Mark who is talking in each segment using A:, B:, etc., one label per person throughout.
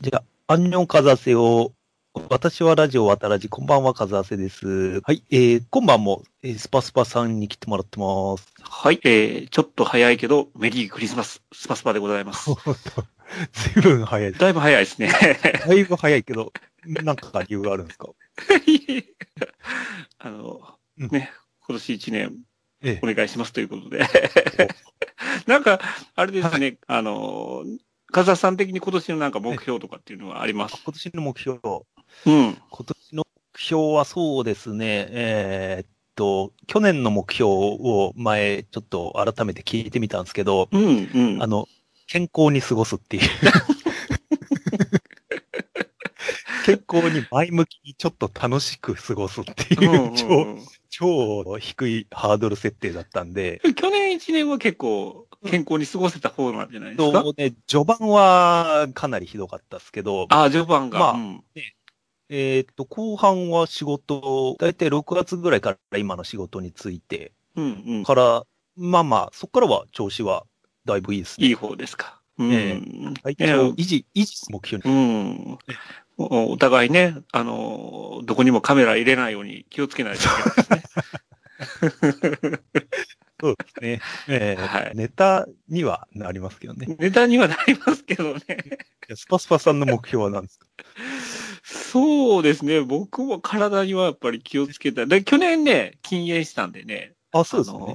A: じゃあ、アンニョンカズアセを、私はラジオ渡らじ、こんばんはカズアセです。はい、えー、今晩も、えースパスパさんに来てもらってます。
B: はい、えー、ちょっと早いけど、メリークリスマス、スパスパでございます。
A: 随分早いです。
B: だいぶ早いで すね。
A: だいぶ早いけど、なんか理由があるんですか
B: あの、
A: うん
B: ね、今年一年
A: え
B: お願いしますということで
A: え。
B: なんか、あれですね、あの、カザさん的に今年のなんか目標とかっていうのはあります。
A: 今年の目標、今
B: うん。
A: 年の目標はそうですね、えーっと、去年の目標を前、ちょっと改めて聞いてみたんですけど、
B: うん、うん。
A: あの、健康に過ごすって いう。健康に前向きにちょっと楽しく過ごすって
B: うん
A: いう、
B: うん
A: 超、
B: うん
A: 超低いハードル設定だったんで、
B: 去年一年は結構健康に過ごせた方なんじゃないですか、
A: そうね、序盤はかなりひどかったですけど、
B: ああ、序盤が。
A: まあ
B: うん
A: えーっと、後半は仕事、だいたい6月ぐらいから今の仕事について、
B: うん、うん。
A: から、まあまあ、そこからは調子はだいぶいいですね。
B: いい方ですか。うん。
A: え体
B: ね
A: 調を維持、維持目標に。
B: うん。おお互いね、あのー、どこにもカメラ入れないように気をつけないといけないですね。
A: そうですね。えー
B: はい
A: ネタにはなりますけどね。
B: ネタにはなりますけどね。
A: いやスパスパさんの目標は何ですか
B: そうですね。僕も体にはやっぱり気をつけたい。で、去年ね、禁煙したんでね。
A: あ、そうですよね。
B: あの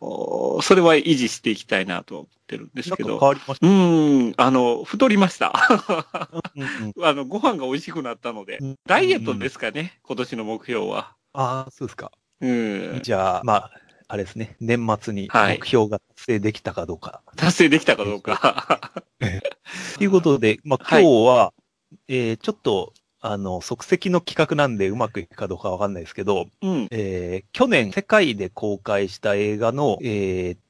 B: ーそれは維持していきたいなと思ってるんです
A: なん
B: け
A: か変
B: ど。
A: わりまし
B: うん、あの、太りました。 あ
A: た。うんうん
B: の、ご飯が美味しくなったので。
A: うん。
B: ダイエットですすかね、今年の目標は。
A: ああ、そうですか。
B: うん。
A: じゃあ、まあ、あれですね。年末に
B: はい
A: 目標が達成できたかどうか。
B: 達成できたかどうか。
A: ということで、まあ今
B: はい
A: 日は、えーちょっと、あの、即席の企画なんでうまくいくかどうかわかんないですけど、
B: うん。
A: えー去年世界で公開した映画の、えーっ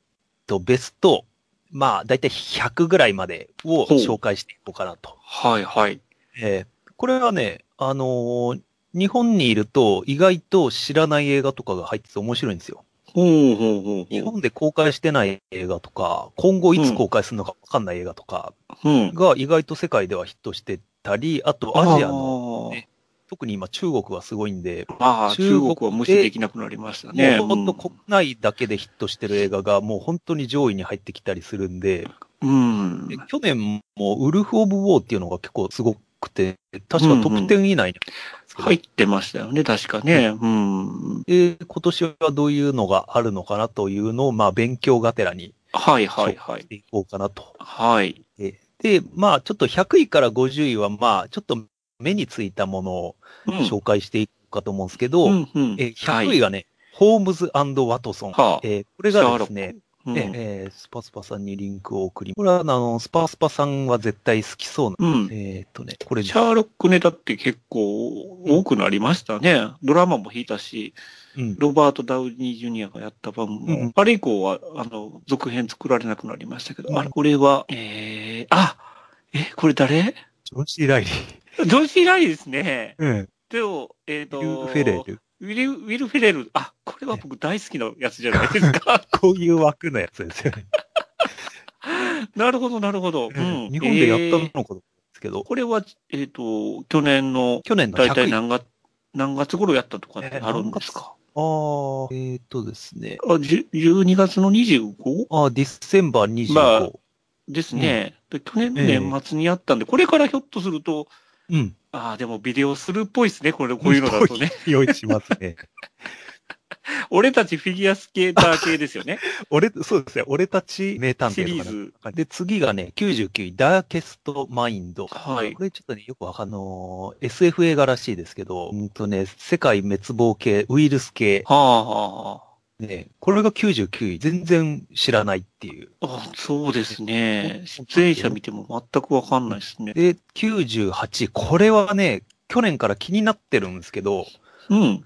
A: と、ベスト、まあ、だいたい100ぐらいまでを
B: ほう
A: 紹介していこうかなと。
B: はいはい。
A: えーこれはね、あのー日本にいると意外と知らない映画とかが入ってて面白いんですよ。
B: ほうほうほ
A: 日本で公開してない映画とか、今後いつ公開するのかわかんない映画とか
B: う。うん。
A: が意外と世界ではヒットしてたり、あとアジアの、ね特に今中国はすごいんで、
B: あー。まあ、
A: 中
B: 中
A: 国
B: 国は無視できなくなりましたね。
A: もうほんと国内だけでヒットしてる映画がもう本当に上位に入ってきたりするんで、
B: うん。
A: で去年もウルフ・オブ・ウォーっていうのが結構すごくて、確かトップ10以内に入ってたんですけど
B: 入ってましたよね、確かね。うん。
A: で、今年はどういうのがあるのかなというのを、まあ、勉強がてらに
B: はいはいは
A: し
B: い。
A: ていこうかなと。
B: はい。
A: えで、まあ、ちょっと100位から50位は、まあ、ちょっと目についたものを
B: うん
A: 紹介していこうかと思うんですけど、
B: うんうん
A: え100
B: はい
A: 位がね、ホームズワトソン。
B: はあ
A: えーこれがですね、
B: うん
A: ええースパスパさんにリンクを送り、これはあの、スパスパさんは絶対好きそうな、
B: うん。
A: えーっとね、これ
B: シャーロックネタって結構多くなりましたね。ドラマも弾いたし、
A: うん、
B: ロバート・ダウニー・ジュニアがやった番も、
A: うん
B: あれ以降は、あの、続編作られなくなりましたけど、
A: うん
B: あれ、これは、えー、あえ、これ誰
A: ジョン・シー・ライリー。
B: ジョン・シー・ライですね。
A: うん。
B: でも、えっ、と、
A: ユー・フェレル。
B: ウィル。ウィル・フェレル。あ、これは僕大好きなやつじゃないで すか。
A: こういう枠のやつですよね。
B: なるほど、なるほど。う
A: うん
B: ん、
A: 日本でやったの
B: えー
A: かと思うんですけど、
B: これは、えっ、と、去年の、
A: 去年の
B: だいた
A: 100
B: い
A: 位。あ
B: 何月、何月頃やったとかって
A: えー
B: あるんですか、
A: あー、えっ、とですね。
B: あじゅ12月の 25?
A: ああ、ディセンバー25。
B: まあですね、で去年の年末にやったんで、これからひょっとすると、
A: うん。
B: ああ、でもビデオするっぽいですね、これ、こういうのだとね。。
A: 用意しますね。
B: 俺たちフィギュアスケーター系ですよね。
A: 俺、そうですね。俺たち名探
B: シ
A: 偵
B: リ
A: とかね
B: ーズ。
A: で、次がね、99位、ダーケストマインド。
B: はい
A: こ。れちょっとね、よくわかんあのー SF 映画らしいですけど、うんとね、世界滅亡系、ウイルス系、
B: はあ、はあ。
A: ね、これが99位、全然知らないっていう。
B: あそうですね。出演者見ても全くわかんないですね。
A: で、98位、これはね、去年から気になってるんですけど、
B: うん。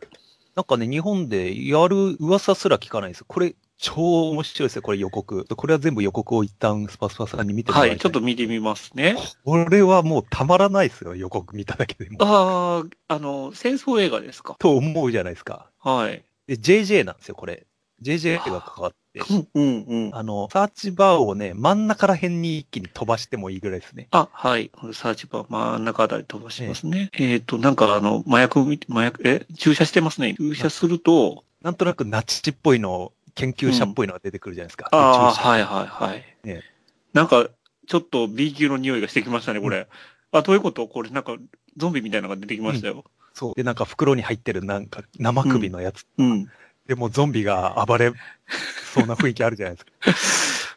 A: なんかね、日本でやる噂すら聞かないんですよ。これ、超面白いですよ、これ予告。これは全部予告を一旦スパスパさんに見てもら
B: はい
A: た
B: い、ちょっと。見てみますね。
A: これはもうたまらないですよ、予告見ただけでも。
B: ああ、あの、戦争映画ですか。
A: と思うじゃないですか。
B: はい。
A: で、JJ なんですよ、これ。JJ が関わって、
B: うんうん。
A: あの、サーチバーをね、真ん中ら辺に一気に飛ばしてもいいぐらいですね。
B: あ、はい。サーチバー真ん中あたり飛ばしますね。えっ、と、なんかあの、麻薬み、麻薬、え、注射してますね。注射すると、
A: なんとなくナチっぽいの、研究者っぽいのが出てくるじゃないですか。
B: ああ、
A: 宇宙人
B: はいはいはい。
A: ね
B: なんか、ちょっと B 級の匂いがしてきましたね、これ。あ、どういうことこれなんか、ゾンビみたいなのが出てきましたよ。
A: そう。で、なんか袋に入ってるなんか生首のやつ。
B: うん。
A: でもうゾンビが暴れそうな雰囲気あるじゃない ですか。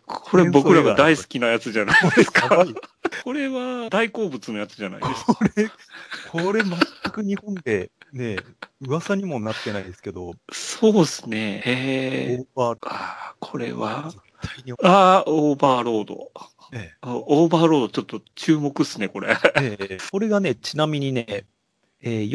B: これ僕らが大好きなやつじゃないです
A: やば
B: か
A: い。
B: これは大好物のやつじゃないですか。
A: これ、これ全く日本でね、噂にもなってないですけど、
B: そうですね。
A: オ
B: へえ
A: ー。バー
B: ああ、これは。
A: 絶対に、
B: ああ、オーバーロード。
A: え
B: あオーバーロードちょっと注目っすね、これ。
A: えええこれがね、ちなみにね、えー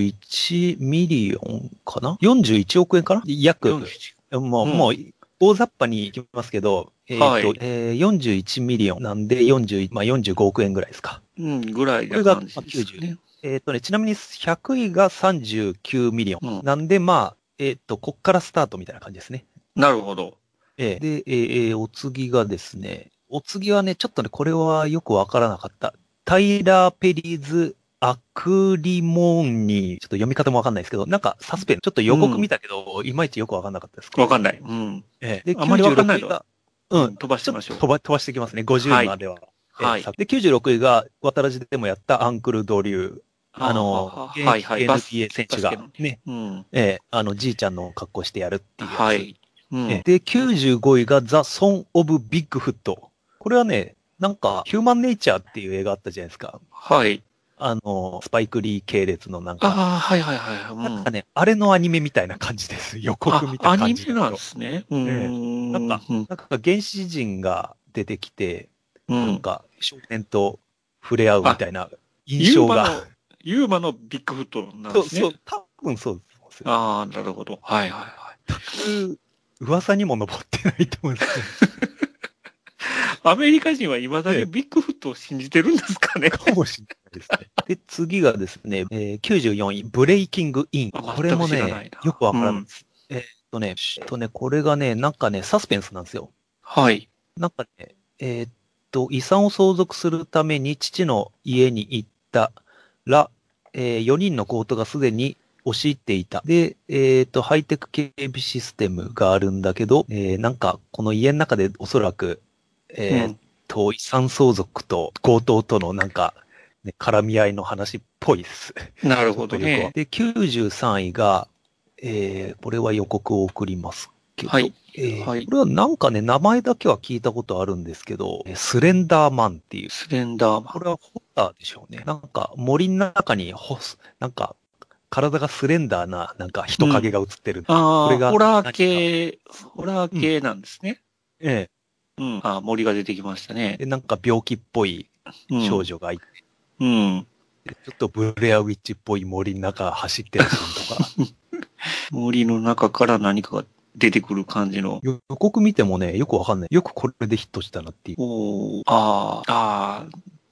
A: 41ミリオンかな ?41 億円かな約、もう、
B: うん
A: もう、大雑把にいきますけど、えーと
B: はい
A: えー41ミリオンなんで40、まあ、45億円ぐらいですか。
B: うん、ぐらいな感じ
A: これがまあ
B: ですね。
A: えっ、とね、ちなみに100位が39ミリオン。
B: うん
A: なんで、まあ、えっ、と、こっからスタートみたいな感じですね。
B: なるほど。
A: ええで、えーえーお次がですね、お次はね、ちょっとね、これはよくわからなかった。タイラー・ペリーズ・アクリモニー。ちょっと読み方もわかんないですけど、なんかサスペン、ちょっと予告見たけど、いまいちよくわかんなかったです。
B: わかんない。うん。
A: ええで、
B: あまりわかんない
A: 96位
B: の
A: が、うん、
B: 飛ばし
A: ち
B: て
A: ょ
B: ま
A: っ
B: し
A: と
B: ょう。
A: 飛ば飛ばしていきますね、50位までは。
B: は
A: え
B: い
A: え。で、96位が、渡らじでもやったアンクル・ドリュー。あの、
B: ーはいはい。バス
A: NBA 選手が
B: バスケの、
A: ね、
B: うん。
A: ええあの、じいちゃんの格好してやるっていうやつ。
B: はい。
A: え
B: う
A: え
B: ん。
A: で、95位が The Son of Bigfoot。これはね、なんか、ヒューマンネイチャーっていう映画あったじゃないですか。
B: はい。
A: あの、スパイクリー系列のなんか、
B: ああ、はいはいはい。う
A: なん
B: ん
A: か。ね、あれのアニメみたいな感じです。予告みた
B: あ
A: いな
B: ア
A: 感
B: ニ
A: じだけ
B: メ
A: ど
B: なんですね。う
A: ええ
B: ん。
A: なんか
B: うん
A: なんか原始人が出てきて、
B: う
A: なん
B: ん。
A: か少年と触れ合うみたいな印
B: ユ
A: 象
B: ーマの
A: が。、
B: ユーマのビッグフットなん
A: そう
B: です
A: そ
B: ね
A: う。、多分そうですよ。
B: ああ、なるほど。はいはいはい。
A: 噂にも上ってないと思うんですけど。
B: アメリカ人はいまだ
A: え
B: に
A: え
B: ビッグフットを信じてるんですかね。
A: かもしれないですね。 で、次がですね、えー94位、ブレイキングイン。
B: あ
A: これも
B: 全く知らない
A: ね
B: な、
A: よくわからないです。えーっとね、しとね、これがね、なんかね、サスペンスなんですよ。
B: はい。
A: なんかね、えーっと、遺産を相続するために父の家に行ったら、え4人の強盗がすでに押し入っていた。で、えーっと、ハイテク警備システムがあるんだけど、えーなんか、この家の中でおそらく、えーっと
B: うん
A: と、遺産相続と強盗とのなんか、ね、絡み合いの話っぽいです。
B: なるほど
A: よくは
B: ね。
A: で、93位が、えー、これは予告を送りますけど、
B: はい。
A: えー
B: はい
A: これはなんかね、名前だけは聞いたことあるんですけど、えースレンダーマンっていう、
B: スレンダーマ
A: こ
B: ン。
A: れはホッターでしょうね。なんか森の中にホス、なんか体がスレンダーな、なんか人影が映ってる。
B: あ
A: これ
B: あ、
A: が
B: ホラー系、ホラー系なんですね。
A: え
B: うん。あー森が出てきました
A: え
B: ね。
A: で、なんか病気っぽい
B: うん
A: 少女がいて、
B: うん。
A: ちょっとブレアウィッチっぽい森の中走ってるシーンとか。
B: 森の中から何かが出てくる感じの。
A: 予告見てもね、よくわかんない。よくこれでヒットしたなっていう。
B: おーああ、ああ、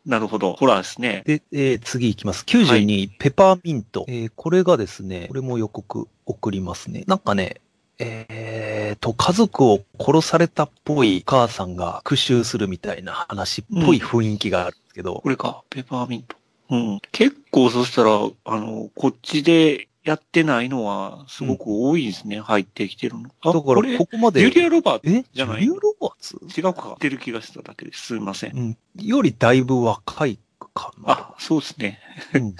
B: なるほど。ホラーですね。
A: で、えー次いきます。92、
B: は
A: ペパーミント。えーこれがですね、これも予告送りますね。なんかね、えーと、家族を殺されたっぽいお母さんが復讐するみたいな話っぽい雰囲気があるんですけど、
B: これか、ペパーミント。うん。結構そしたら、あの、こっちでやってないのはすごく多いですね。入ってきてるの。あ、
A: だ
B: こ
A: か
B: れ
A: ら、ここまで、
B: ジュリア・ロバー
A: え
B: じゃない
A: ジュリア・ロバーツ
B: ト違うか。出てる気がしただけです。すいません。
A: うん。よりだいぶ若いかな
B: あ。、そうですね。
A: うん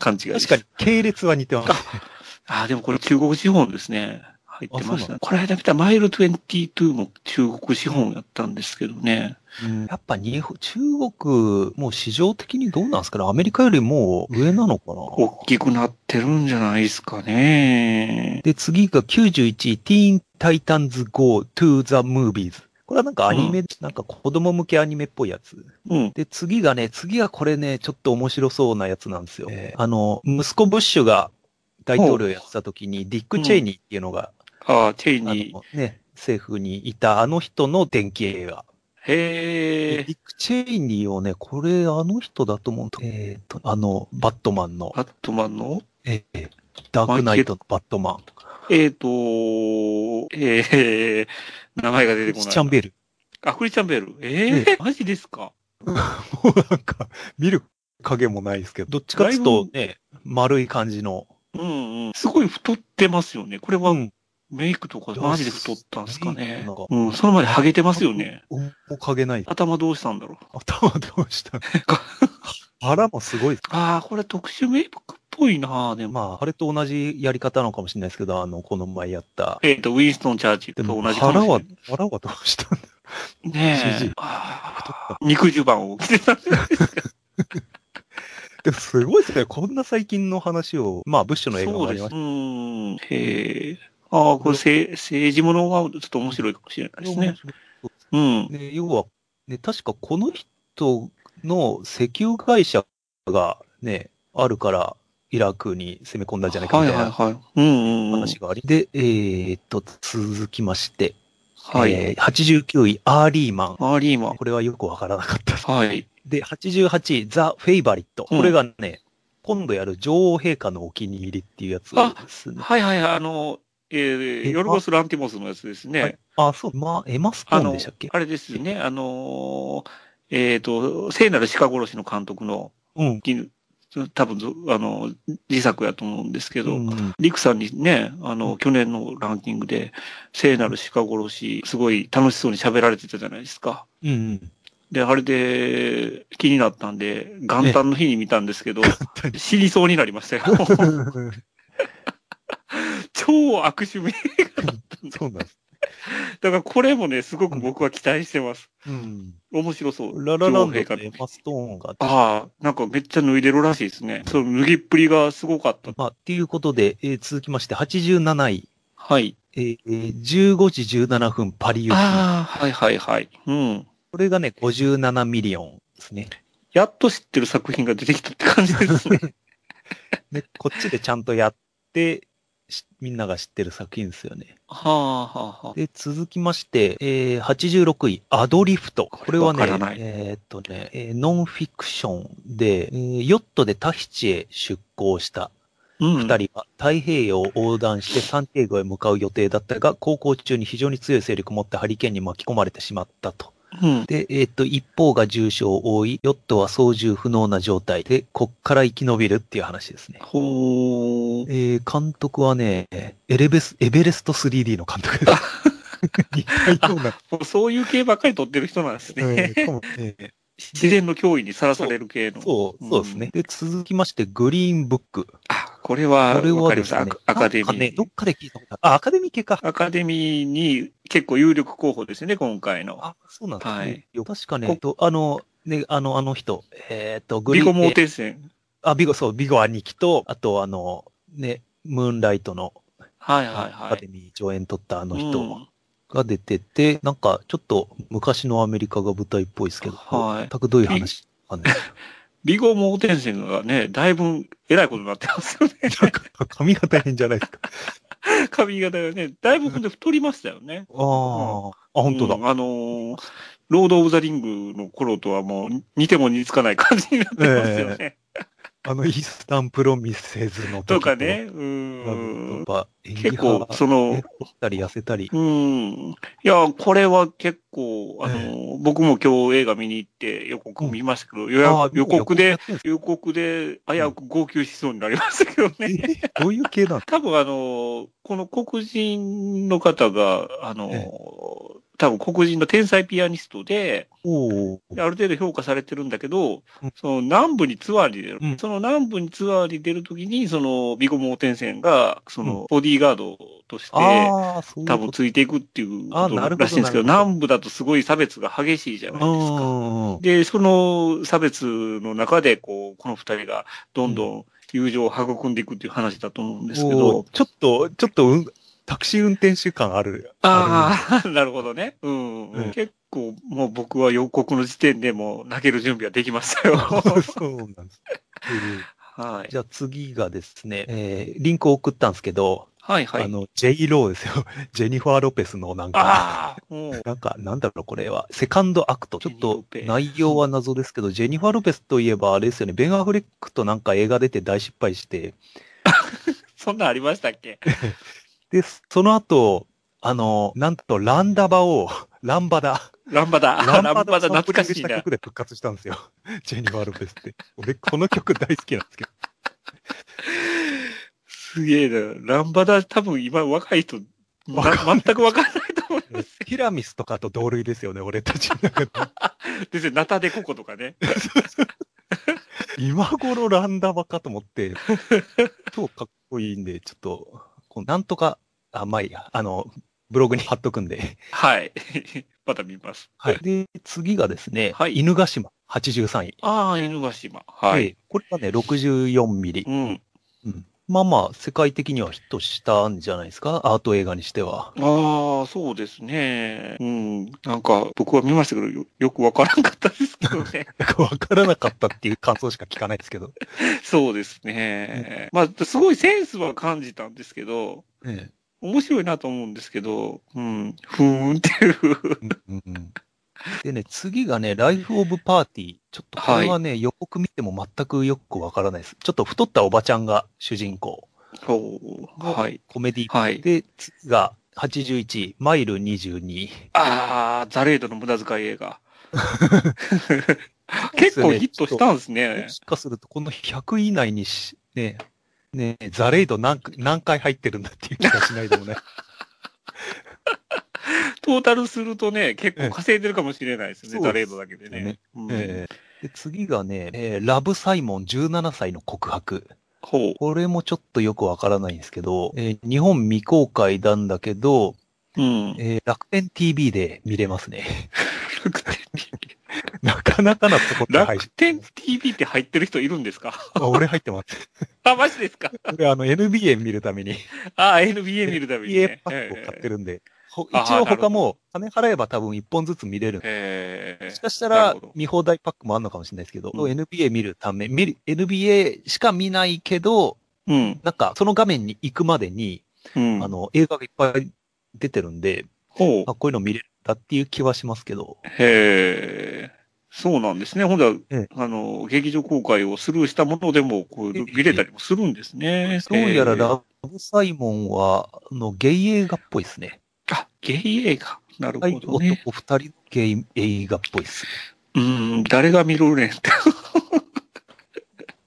B: 勘違いです。
A: 確かに。、系列は似てます。
B: あ、でもこれ中国資本ですね。入ってま
A: あ
B: し
A: そうな
B: た。
A: の
B: この間見たマイル22も中国資本やったんですけどね。
A: やっぱ日本、中国、もう市場的にどうなんですかねアメリカよりもう上なのかな
B: 大きくなってるんじゃないですかね。
A: で、次が91位、ティーン・タイタンズ・ゴー・トゥ・ザ・ムービーズ。これはなんかアニメ、なんか子供向けアニメっぽいやつ。
B: うん。
A: で、次がね、次がこれね、ちょっと面白そうなやつなんですよ。あの、息子ブッシュが大統領やってた時に、ディック・チェイニーっていうのが、
B: ああ、チェイ
A: あ
B: ニー。
A: のね、政府にいたあの人の電気映画。
B: へ
A: でデ。
B: え
A: ィック・チェイニーをね、これあの人だと思うんだ。えっ、と、あの、バットマンの、
B: バットマンの
A: えーダークナイトのバットマン。
B: えっ、とえー、名前が出てこない。
A: チャンベル。
B: あ、クリスチャンベル。ええマジですか
A: もうなんか、見る影もないですけど、どっちかっていうとね、丸い感じの。
B: うんうん。すごい太ってますよね。これは
A: うん。
B: メイクとかマジで太ったんですかね
A: なんか。
B: うん、その前でハゲてますよね。
A: 面影ない。
B: 頭どうしたんだろう。
A: 頭どう したの腹もすごいです。
B: ああ、これ特殊メイクっぽいなでも。
A: まあ、あれと同じやり方なのかもしれないですけど、あの、この前やった。
B: えっ、と、ウィンストン・チャーチル
A: で
B: と
A: も、
B: 同じ
A: 腹は
B: ね、
A: 腹はどうしたんだ
B: ねえ
A: CG
B: あー肉襦袢を着てた。
A: でもすごいですね。こんな最近の話を、まあ、ブッシュの映画も
B: そ
A: あ
B: う
A: り
B: です。
A: まし
B: う
A: た
B: ん。へえ。ああ、これせ、政治ものはちょっと面白いかもしれな
A: け
B: いで
A: ど
B: すね。うん。
A: で、要は、ね、確かこの人の石油会社がね、あるから、イラクに攻め込んだんじゃないかみたい
B: はい
A: な
B: はいはい。うんうんうん。
A: 話があり。で、えーっと、続きまして、
B: はい。
A: えー89位、アーリーマン。
B: マリーマン。
A: これはよくわからなかったです。
B: はい。
A: で、88位、ザ・フェイバリット。
B: うん
A: これがね、今度やる女王陛下のお気に入りっていうやつですね。
B: はいはいはい。あの、えー、
A: え
B: ヨルゴス・ランティモスのやつですね。
A: はいあ、そう、まあ、エマスト
B: あ
A: ーン
B: の
A: でしたっけ、
B: あれですね、あのー、えっ、と、聖なる鹿殺しの監督の、
A: うん。
B: 多分ぞ、あの、自作やと思うんですけど、
A: うん
B: リクさんにね、あの、去年のランキングで、聖なる鹿殺し、すごい楽しそうに喋られてたじゃないですか。
A: うん。
B: で、あれで気になったんで、元旦の日に見たんですけど、
A: 旦
B: 死にそうになりましたよ。
A: うん。
B: 超悪趣味。
A: そうなんです。
B: だからこれもね、すごく僕は期待してます。
A: うん。
B: 面白そう。
A: ララランドの
B: 女王
A: エ
B: 陛下の
A: マストーンが。
B: ああ、なんかめっちゃ脱いでるらしいですね。その脱ぎっぷりがすごかった。
A: まあ、っていうことで、えー続きまして、87位、
B: はい。
A: えーえー15時17分パリ行き。
B: ああ、はいはいはい。うん。
A: これがね、57ミリオンですね。
B: やっと知ってる作品が出てきたって感じですね。
A: ね、こっちでちゃんとやって、しみんなが知ってる作品ですよね。
B: はあはあはあ。
A: で、続きまして、えー86位、アドリフト。これはね
B: わからない、
A: えーっとね、えーノンフィクションで、えーヨットでタヒチへ出港した
B: うん。
A: 二人は太平洋を横断してサンティエゴへ向かう予定だったが、航行中に非常に強い勢力を持ってハリケーンに巻き込まれてしまったと。
B: うん。
A: で、えっ、と、一方が重傷を負い、ヨットは操縦不能な状態で、こっから生き延びるっていう話ですね。
B: ほー。
A: えー、監督はね、エレベス、エベレスト 3D の監督です。似たような。
B: もうそういう系ばっかり撮ってる人なんですね。
A: えーかもえー
B: 自然の脅威にさらされる系の。
A: そう、そうですね。で、続きまして、グリーンブック。
B: あ、これは、
A: これ
B: わ
A: は
B: かり
A: で
B: ますし
A: ね
B: た。ア、アカデミ
A: なんかね、
B: ー。
A: どっかで聞いたことある。あ、アカデミー系か。
B: アカデミーに結構有力候補ですよね、今回の。
A: あ、そうなんですね。
B: はい
A: よ確かね、
B: こ
A: えっと、あの、ね、あの、あの人、えーっと、グ
B: ビ
A: リーン
B: ゴモーテンセン。
A: あ、ビゴ、そう、ビゴ兄貴と、あと、あの、ね、ムーンライトの
B: はいはい
A: ア
B: は
A: カ
B: い
A: デ。ミー上演取ったあの
B: うん
A: 人が出てて、なんか、ちょっと昔のアメリカが舞台っぽいですけど、
B: は
A: 全
B: い
A: くどういう話かね。
B: ビゴモーテンセンがね、だいぶ偉いことになってますよね。
A: なんか、髪が大変じゃないですか。あ
B: 髪型がね、だいぶほんで太りましたよね。
A: あー、あ、本当だ。
B: うんあのーロード・オブ・ザ・リングの頃とはもう、似ても似つかない感じになってますよね。
A: あの、イースタンプロミセズの時
B: とかね、う
A: と。や
B: ん
A: っ。ぱ、演技
B: 結構、
A: 派
B: その
A: ね、太ったり痩せたり。
B: うん。いや、これは結構、あの、
A: え
B: 僕も今日映画見に行って予告見ましたけど、予
A: あ
B: 約
A: ー
B: 予告
A: や
B: で
A: っ、てんす
B: 予告で危うく号泣しそうになりましたけどね。
A: ねどういう系なの
B: 多分あの、この黒人の方が、あの
A: え、
B: 多分黒人の天才ピアニストで、
A: おお。
B: である程度評価されてるんだけど
A: うん、
B: その南部にツアーに出る。
A: うん
B: その南部にツアーに出るときに、そのビゴモーテンセンが、そのボディーガードとして、
A: ああ、そういう
B: 多
A: こ
B: 分
A: と。
B: ついていくっていうこ
A: あ
B: と
A: なるほど
B: らしいんですけど、
A: なるほど
B: 南部だとすごい差別が激しいじゃないですか。
A: うん
B: で、その差別の中で、こう、この二人がどんどん友情を育んでいくっていう話だと思うんですけ
A: お
B: ど
A: ー、ちょっと、ちょっとうん、タクシー運転手感あ る。
B: ああ、 なるほどね。うん、
A: うん
B: 結構、もう僕は予告の時点でもう泣ける準備はできまし たよ。
A: ある。そうなんです。うん
B: はい。
A: じゃあ次がですね、えーリンクを送ったんですけど、
B: はいは
A: あ
B: い。
A: の、J. ローですよ。 ジェニファー・ロペスのなんか、
B: ああ、もう、
A: なんか、なんだろう、これは。セカンドアクト。ちょっと
B: ジェニファーロペス
A: 内容は謎ですけど、ジェニファー・ロペスといえば、あれですよね、ベン・アフレックとなんか映画出て大失敗して、
B: そんなんありましたっけ
A: で、その後、あの、なんとランダバを、ランバダ。
B: ランバダ。ランバダ懐かしい
A: した
B: な。
A: 曲で復活したんですよ。 ジェニファー・ロペスって。俺、この曲大好きなんですけど。
B: すげえな。ランバダ、多分今若い人、な全くわかんないと思う。
A: ティラミスとかと同類ですよね、俺たちの中で。
B: ですよ、ナタデココとかね。
A: 今頃ランダバかと思って、超かっこいいんで、ちょっと、こうなんとか、あ、まあいいや、あの、ブログに貼っとくんで。
B: はい。 また見ます。
A: はい。。で、次がですね、
B: はい
A: 犬ヶ島83位。
B: ああ、犬ヶ島。はい。
A: で。これがね、64ミリ
B: う。ん。
A: うん。まあまあ、世界的にはヒットしたんじゃないですかアート映画にしては。
B: ああ、そうですね。うん。なんか、僕は見ましたけど、よよくわからんかったですけど ね。
A: なんかわからなかったっていう感想しか聞かないですけど。
B: そうですね。まあ、すごいセンスは感じたんですけど、
A: え
B: 面白いなと思うんですけど、うん。ふーんっていう。
A: えうんうんでね、次がね、ライフオブパーティー。ちょっとこれはね、予告見ても全くよくわからないです。ちょっと太ったおばちゃんが主人公。
B: そう。はい。
A: コメディ
B: はい。
A: で、次が81位、マイル22。
B: ああ、ザレードの無駄遣い映 画。結構ヒットしたんですね
A: も。しかすると、この100位以内にし、ね、ね、ザレイド何回何回入ってるんだっていう気がしないでもね。
B: トータルするとね、結構稼いでるかもしれないですね、
A: ええ
B: ザレードだけでね。うん
A: ええで次がね、えーラブ・サイモン17歳の告白。
B: ほ
A: これもちょっとよくわからないんですけど、えー日本未公開なんだけど、
B: う。うん。
A: えー楽天 TV で見れますね。 なかなかなとこって入
B: 楽
A: っ
B: 天 TV って入ってる人いるんですか
A: あ俺入ってます。
B: あ、マジですか
A: 俺あの NBA 見るために、
B: あ、NBA 見るために、
A: NBA
B: ね。
A: パックを買って
B: る。
A: るんで、ほ
B: あー
A: 一応
B: なるほ
A: 他
B: ど
A: も金払えば多分1本ずつ見れるんで
B: ええ
A: もしかした
B: な
A: ら
B: るほど、
A: 見放題パックもあるのかもしれないですけど、
B: うん
A: NBA 見るため、見る、NBA しか見ないけど、
B: うん。
A: なんか、その画面に行くまでに、
B: うん。
A: あの、映画がいっぱい出てるんで、
B: ほう。
A: あ、こういうの見れるんだっていう気はしますけど、
B: へえ。そうなんですね。ほんだ
A: ええ
B: あの、劇場公開をスルーしたものでも、こう、
A: ええ
B: 見れたりもするんですね。
A: どうやら
B: へえ
A: ラブサイモンは、あの、ゲイ映画っぽいですね。
B: あ、ゲイ映画。なる
A: はい、
B: ほどね。
A: 男二人のゲイ映画っぽいです。
B: うん、誰が見るねんって。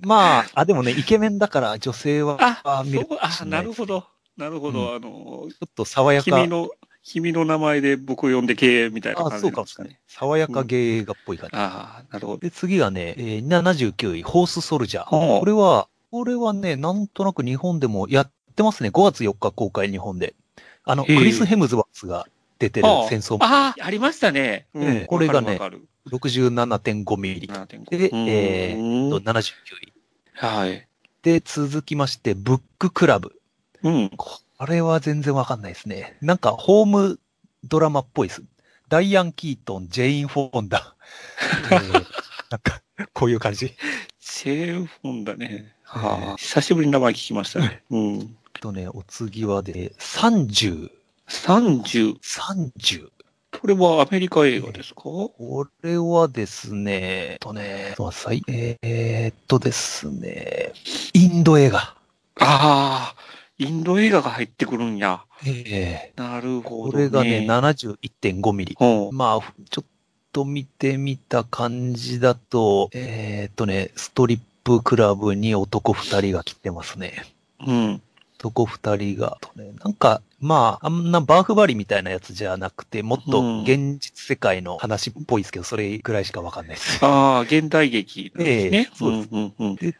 A: ま あ、あ、でもね、イケメンだから女性は、
B: あ、
A: あ見
B: そ
A: る
B: う、あ、なるほど。なるほど。あの、
A: ちょっと爽やか
B: 君、の、君の名前で僕を呼んで経営みたいな
A: あ、
B: 感
A: そ
B: じ
A: う
B: な
A: か
B: ん
A: も
B: で
A: し
B: す
A: れな
B: か
A: い
B: ね。。
A: 爽やかゲイ映画っぽい感じ。
B: ああ、なるほど。
A: で、次がね、えー79位、ホースソルジャー。
B: ほう
A: これは、これはね、なんとなく日本でもやってますね。5月4日公開、日本で。あの、
B: へ
A: ク
B: え
A: リス・ヘムズワースが出てる
B: はあ
A: 戦争
B: ああ、ありましたね。う
A: え
B: ん
A: え、これがね
B: わかる
A: 67.5ミリ
B: わ。かる7.5
A: で
B: うん
A: えと79位。
B: はい。
A: で、続きまして、ブッククラブ。
B: うん。
A: あれは全然わかんないですね。なんか、ホームドラマっぽいです。ダイアン・キートン、ジェイン・フォンダ。えーなんか、こういう感じ。
B: シェーフォンだね。はあ、久しぶりに名前聞きましたね。うん。
A: えっとね、お次はで、30。
B: 30。
A: 30。
B: これはアメリカ映画ですか
A: これはですね、えっとね、そうさいえーっとですね、インド映画。
B: ああ、インド映画が入ってくるんや。
A: ええ
B: なるほど、ね。
A: これがね、71.5ミリ。
B: ほう
A: まあ、ちょっと見てみた感じだと、えーっとね、ストリップクラブに男二人が来てますね。
B: うん。
A: 男二人が、とね、なんか、まあ、あんなバーフバリみたいなやつじゃなくて、もっ
B: うん
A: と現実世界の話っぽいですけど、それぐらいしかわかんないです。
B: ああ、現代劇なんですね。
A: ええそうです
B: うんうんうん。
A: じ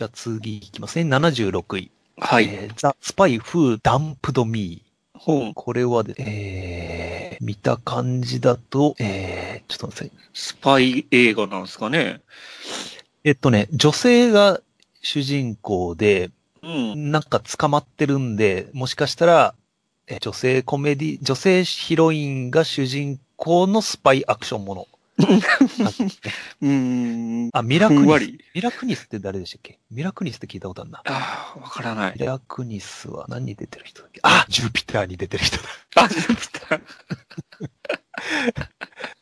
A: ゃあ次いきますね。76位。
B: はい。
A: えー、ザ・スパイ・フー・ダンプド・ミー。
B: ほう
A: これはで、えー、見た感じだと、えー、ちょっと待ってください。
B: スパイ映画なんですかね。
A: えっとね、女性が主人公で、
B: うん。
A: なんか捕まってるんで、もしかしたら、えー女性コメディ、女性ヒロインが主人公のスパイアクション もの。
B: うーん。
A: あ、ミラク
B: ふんわ
A: ニス。
B: り。
A: ミラクニスって誰でしたっけミラクニスって聞いたことあるな。
B: ああ、わからな
A: ミ
B: い。
A: ラクニスは何に出てる人だっけあ、ジュピターに出てる 人だ。
B: あ、ジュピター。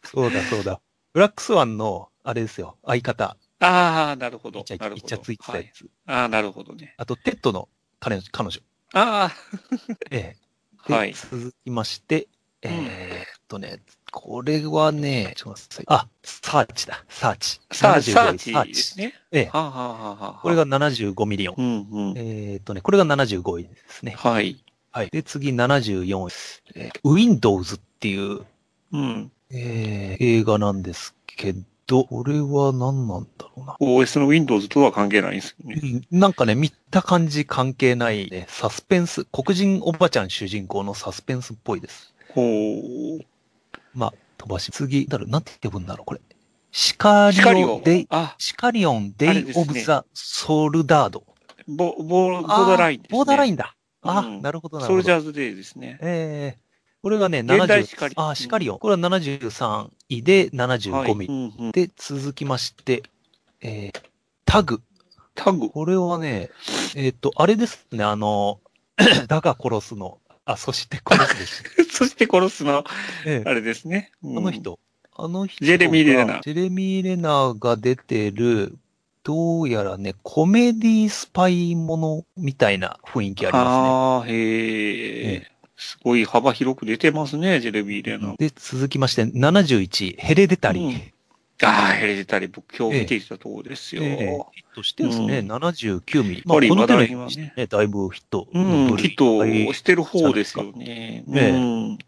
A: そうだそうだ。ブラックスワンの、あれですよ、相方。
B: ああ、なるほ
A: イ
B: ど
A: チ。
B: な
A: ャ
B: るほ
A: イ
B: ど。
A: チャついてた
B: は
A: や
B: い
A: つ。
B: ああ、なるほどね。
A: あと、テッドの彼女、彼女。
B: あ
A: ええ。
B: あ、
A: で
B: はい。
A: 続きまして、
B: うん
A: えーっとね、これはね、ちょっと待ってくださいあ、サーチだ、サーチ。
B: サー
A: 75
B: サーチ
A: サー
B: です
A: チ。
B: ね。
A: ええ。
B: はあ、はあはあはあ、
A: これが75ミリオン
B: う。んうん。
A: えーっとね、これが75位ですね。
B: はい。
A: はい。で、次74位。えー Windows っていう、
B: うん。
A: えー映画なんですけど、これは何なんだろうな。
B: OS の Windows とは関係ないんですよ
A: う
B: ね。
A: んなんかね、見た感じ関係ないね。サスペンス、黒人おばちゃん主人公のサスペンスっぽいです。
B: ほう。
A: まあ、飛ばし。次、だろ、なんて呼ぶんだろう、これ。シカ
B: 光
A: リオ
B: を
A: デイ、。
B: あ、
A: シカリオン
B: あ
A: デ
B: れ
A: イ
B: で・す
A: オ
B: ね
A: ブ・ザ・ソルダード。
B: ボ、ボ、ボーダーラインです、ね。
A: ボーダーラインだ。あ、
B: うん
A: なるほど、なる
B: ソ
A: ほ
B: ルジ
A: ど。
B: ャーズデーですね。
A: ええこれがね、
B: 現代シカ
A: 70
B: リ、
A: あ、シカリオン。これは73位で
B: は
A: 75
B: い。
A: ミリ
B: う。んうん、
A: で、続きまして、えー、タグ。
B: タグ。
A: これはね、えっ、と、あれですね、あの、 だが殺すの、あ、そして殺すでし
B: そして殺すの、
A: た。ええ
B: あれですね。うん
A: あの。人。あの人が。
B: ジェレミーレナー
A: ジェレミー・レナーが出てる、どうやらね、コメディスパイものみたいな雰囲気ありま
B: ああ、へ
A: え
B: え。すごい幅広く出てますね、ジェレミー・レ
A: す
B: ナ
A: ね
B: ー。。
A: で、続きまして、71、ヘレデタリ
B: うん
A: ー。
B: ああ、ヘレデタリー、僕今日見てきたところですよ。
A: ええヒットしてるんですね、
B: うん
A: 79ミリ。
B: やっぱり
A: この手の
B: 話題にはね
A: ヒットね、だいぶヒット
B: う
A: の
B: ん、
A: 部
B: き
A: 類。
B: っと
A: はい
B: してる方ですよね。
A: ええ
B: うん。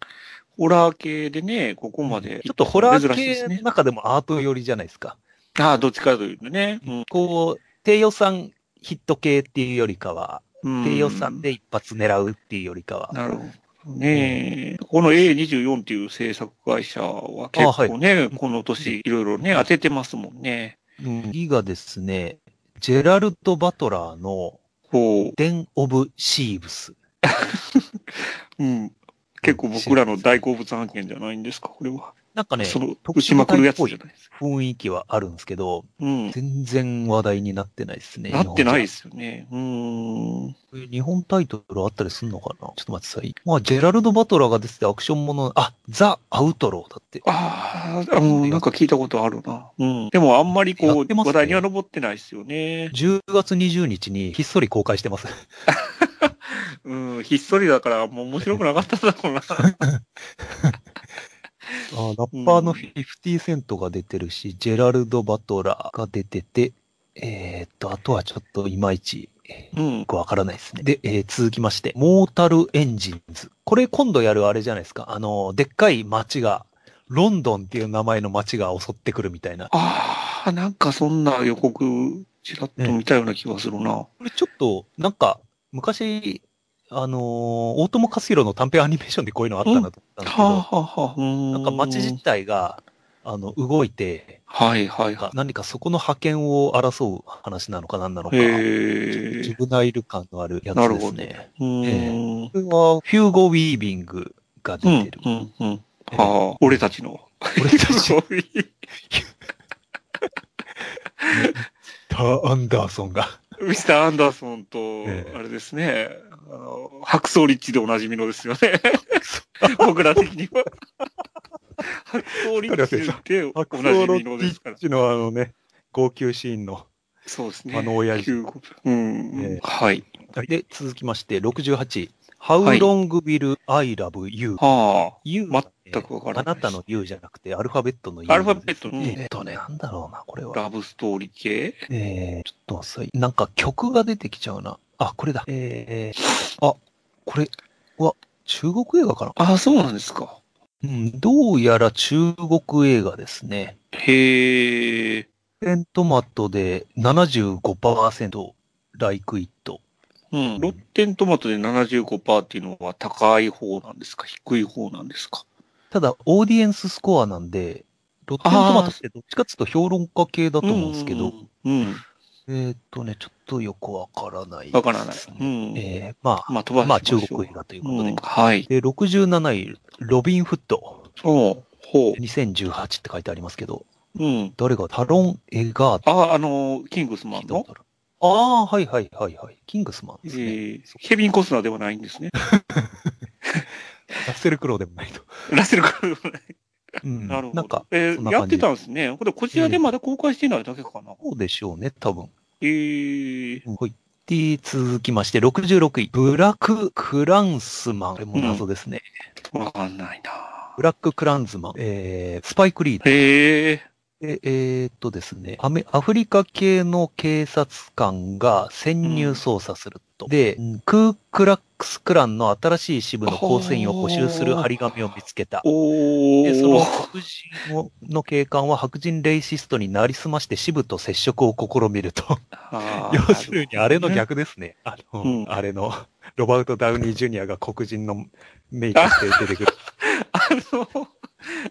B: ホラー系でね、ここまで。
A: ちょっとホラー
B: 珍しいで
A: 系
B: す
A: の
B: ね。
A: 中でもアート寄りじゃないですか。
B: ああ、どっちかというとね。うん
A: こう、低予算ヒット系っていうよりかは、
B: うん
A: 低予算で一発狙うっていうよりかは。
B: なるほど。ねえ、この A24 っていう制作会社は結構ね、この年いろいろね、当ててますもんね。
A: 次がですね、ジェラルド・バトラーの
B: こ
A: デン・オブ・シーブス。
B: う、うん。結構僕らの大好物案件じゃないんですか、これは。
A: なんかね、
B: その、
A: 特
B: 打ち
A: 殊
B: ま
A: 部
B: く
A: 隊
B: る
A: っ
B: やつ
A: ぽ
B: じゃ
A: い
B: ないですか。
A: 雰囲気はあるんですけど、
B: うん。
A: 全然話題になってないですね。。
B: なってないですすよね。うん。
A: 日本タイトルあったりするのかなちょっと待ってください。まあ、ジェラルド・バトラーが出ててアクションもの、あ、ザ・アウトローだって。
B: ああ、あの、なんか聞いたことあるな。うん。でもあんまり
A: や
B: こ
A: っ
B: う、
A: てますね
B: 話題には上ってないですよね。
A: 10月20日にひっそり公開して ます。
B: うん、ひっそりだから、もう面白くなかっただ ろうな。
A: あラッパーの50セントが出てるし、ジェラルド・バトラーが出てて、えーっと、あとはちょっといまいち、えー
B: うん
A: よ。くわからないですね。で、えー続きまして、モータル・エンジンズ。これ今度やるあれじゃないですか。あの、でっかい街が、ロンドンっていう名前の街が襲ってくるみたいな。
B: ああ、なんかそんな予告、ちらっと見たような気がするな。
A: これちょっと、なんか、昔、あのー大友克洋の短編アニメーションでこういうのあったなと思ったんですけ
B: はあ、
A: ど、
B: はあ、はあ、うん。
A: なんか街自体が、あの、動いて、
B: はい、はい、
A: が
B: は
A: 何かそこの覇権を争う話なのか何なの
B: い。
A: か、
B: へ
A: ジ
B: え。
A: ブナイル感のあるやつ
B: なる
A: で
B: ほ
A: す
B: ど
A: ね。
B: う
A: こ
B: ん。
A: れは、ヒューゴ・ウィービングが
B: う
A: 出て
B: ん
A: る。、
B: うん、うん。
A: ええ
B: はあ、俺たちの。
A: 俺たちター・アンダーソンが。
B: ミスター・アンダーソンと
A: ええ、
B: あれですね、あの、白草リッチでおなじみのですよね。僕ら的には。白草リッチでおなじみのですから。
A: チのあのね、号泣シーンの。
B: そうですね。
A: あの親父
B: 旧国うん、
A: ええ
B: はい。
A: で、続きまして、68位。How
B: はい
A: long will I love you?You、
B: はあ。
A: You
B: 全くわからない
A: あなたの You じゃなくて、アルファベットの U。
B: アルファベットの U
A: えっとね、なんだろうな、これは。
B: ラブストーリー系
A: えー、ちょっと遅い。なんか曲が出てきちゃうな。あ、これだ。えー、あ、これは中国映画かな
B: ああ、そうなんですか。
A: うん、どうやら中国映画ですね。
B: へえ。
A: レントマトで75%、ライクイット。
B: うん。ロッテントマトで75%っていうのは高い方なんですか低い方なんですか
A: ただ、オーディエンススコアなんで、ロッテントマトってどっちかっていうと評論家系だと思うんですけど、。
B: うん。
A: えーっとね、ちょっとよくわからない。
B: わからない
A: です。
B: う
A: ね
B: ん。
A: えー、まあ、
B: まあ、飛ば
A: まあ
B: し
A: 中
B: ましょう
A: 国映画ということで。
B: うんはい。
A: で、67位、ロビン・フット。
B: おうほ
A: 2018って書いてありますけど、
B: う。うん。
A: 誰がタロン・エガート
B: ああ、あの、キングスマ
A: 聞
B: ン
A: いたこ
B: の
A: とある。ああー、はいはいはいはい。キングスマン
B: え
A: ですね。
B: ーケビン・コスナーではない んですね。
A: ラッセル・クローでもないと。
B: ラッセル・クロウではない。
A: うん。
B: なるほど。
A: んか、
B: えー
A: そんな
B: やっ
A: 感じ
B: てたんですね。これ、こちらでまだ公開してないだけかな。
A: そうでしょうね、多分。
B: えー、
A: うんはい。で、続きまして、66位。ブラック・クランスマン。これも謎ですね。
B: わかんないな
A: ブラック・クランズマン。えー、スパイク・リード。
B: へえ。
A: で、えーっとですねアメ、アフリカ系の警察官が潜入捜査すると。で、クークラックスクランの新しい支部の構成員を補修する張り紙を見つけた。
B: お
A: で、その
B: ー。
A: 黒人をの警官は白人レイシストになりすまして支部と接触を試みると。
B: あー
A: 要するに、あれの。逆ですね。あの、
B: うん
A: あれの、 ロバート・ダウニー・ジュニアが黒人のメイクして出てくる。
B: あの、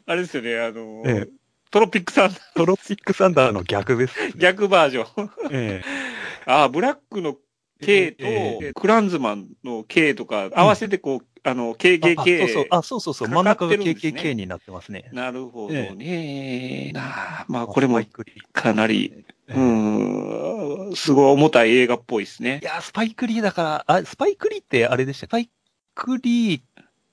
B: あれですよね、あの、
A: ええ
B: トロピックさん、
A: トロピック・サンダーの逆です、ね。
B: 逆バージョン。
A: ええ
B: ああ、ブラックの K と、
A: ええ
B: クランズマンの K とか、合わせてこう、あの、
A: あ
B: KKK。
A: そうそう、あ、そうそうそう、
B: か
A: 真ん
B: か
A: 中
B: っ
A: が
B: てるんですね
A: KKK になってますね。
B: なるほど
A: え
B: ね。なあまあ、これ
A: スパ
B: も
A: イクリー
B: かなり、
A: え
B: う
A: え
B: ーん、すごい重たい映画っぽいですね
A: い。や、スパイクリーだから、あ、スパイクリーってあれでした。スパイクリー、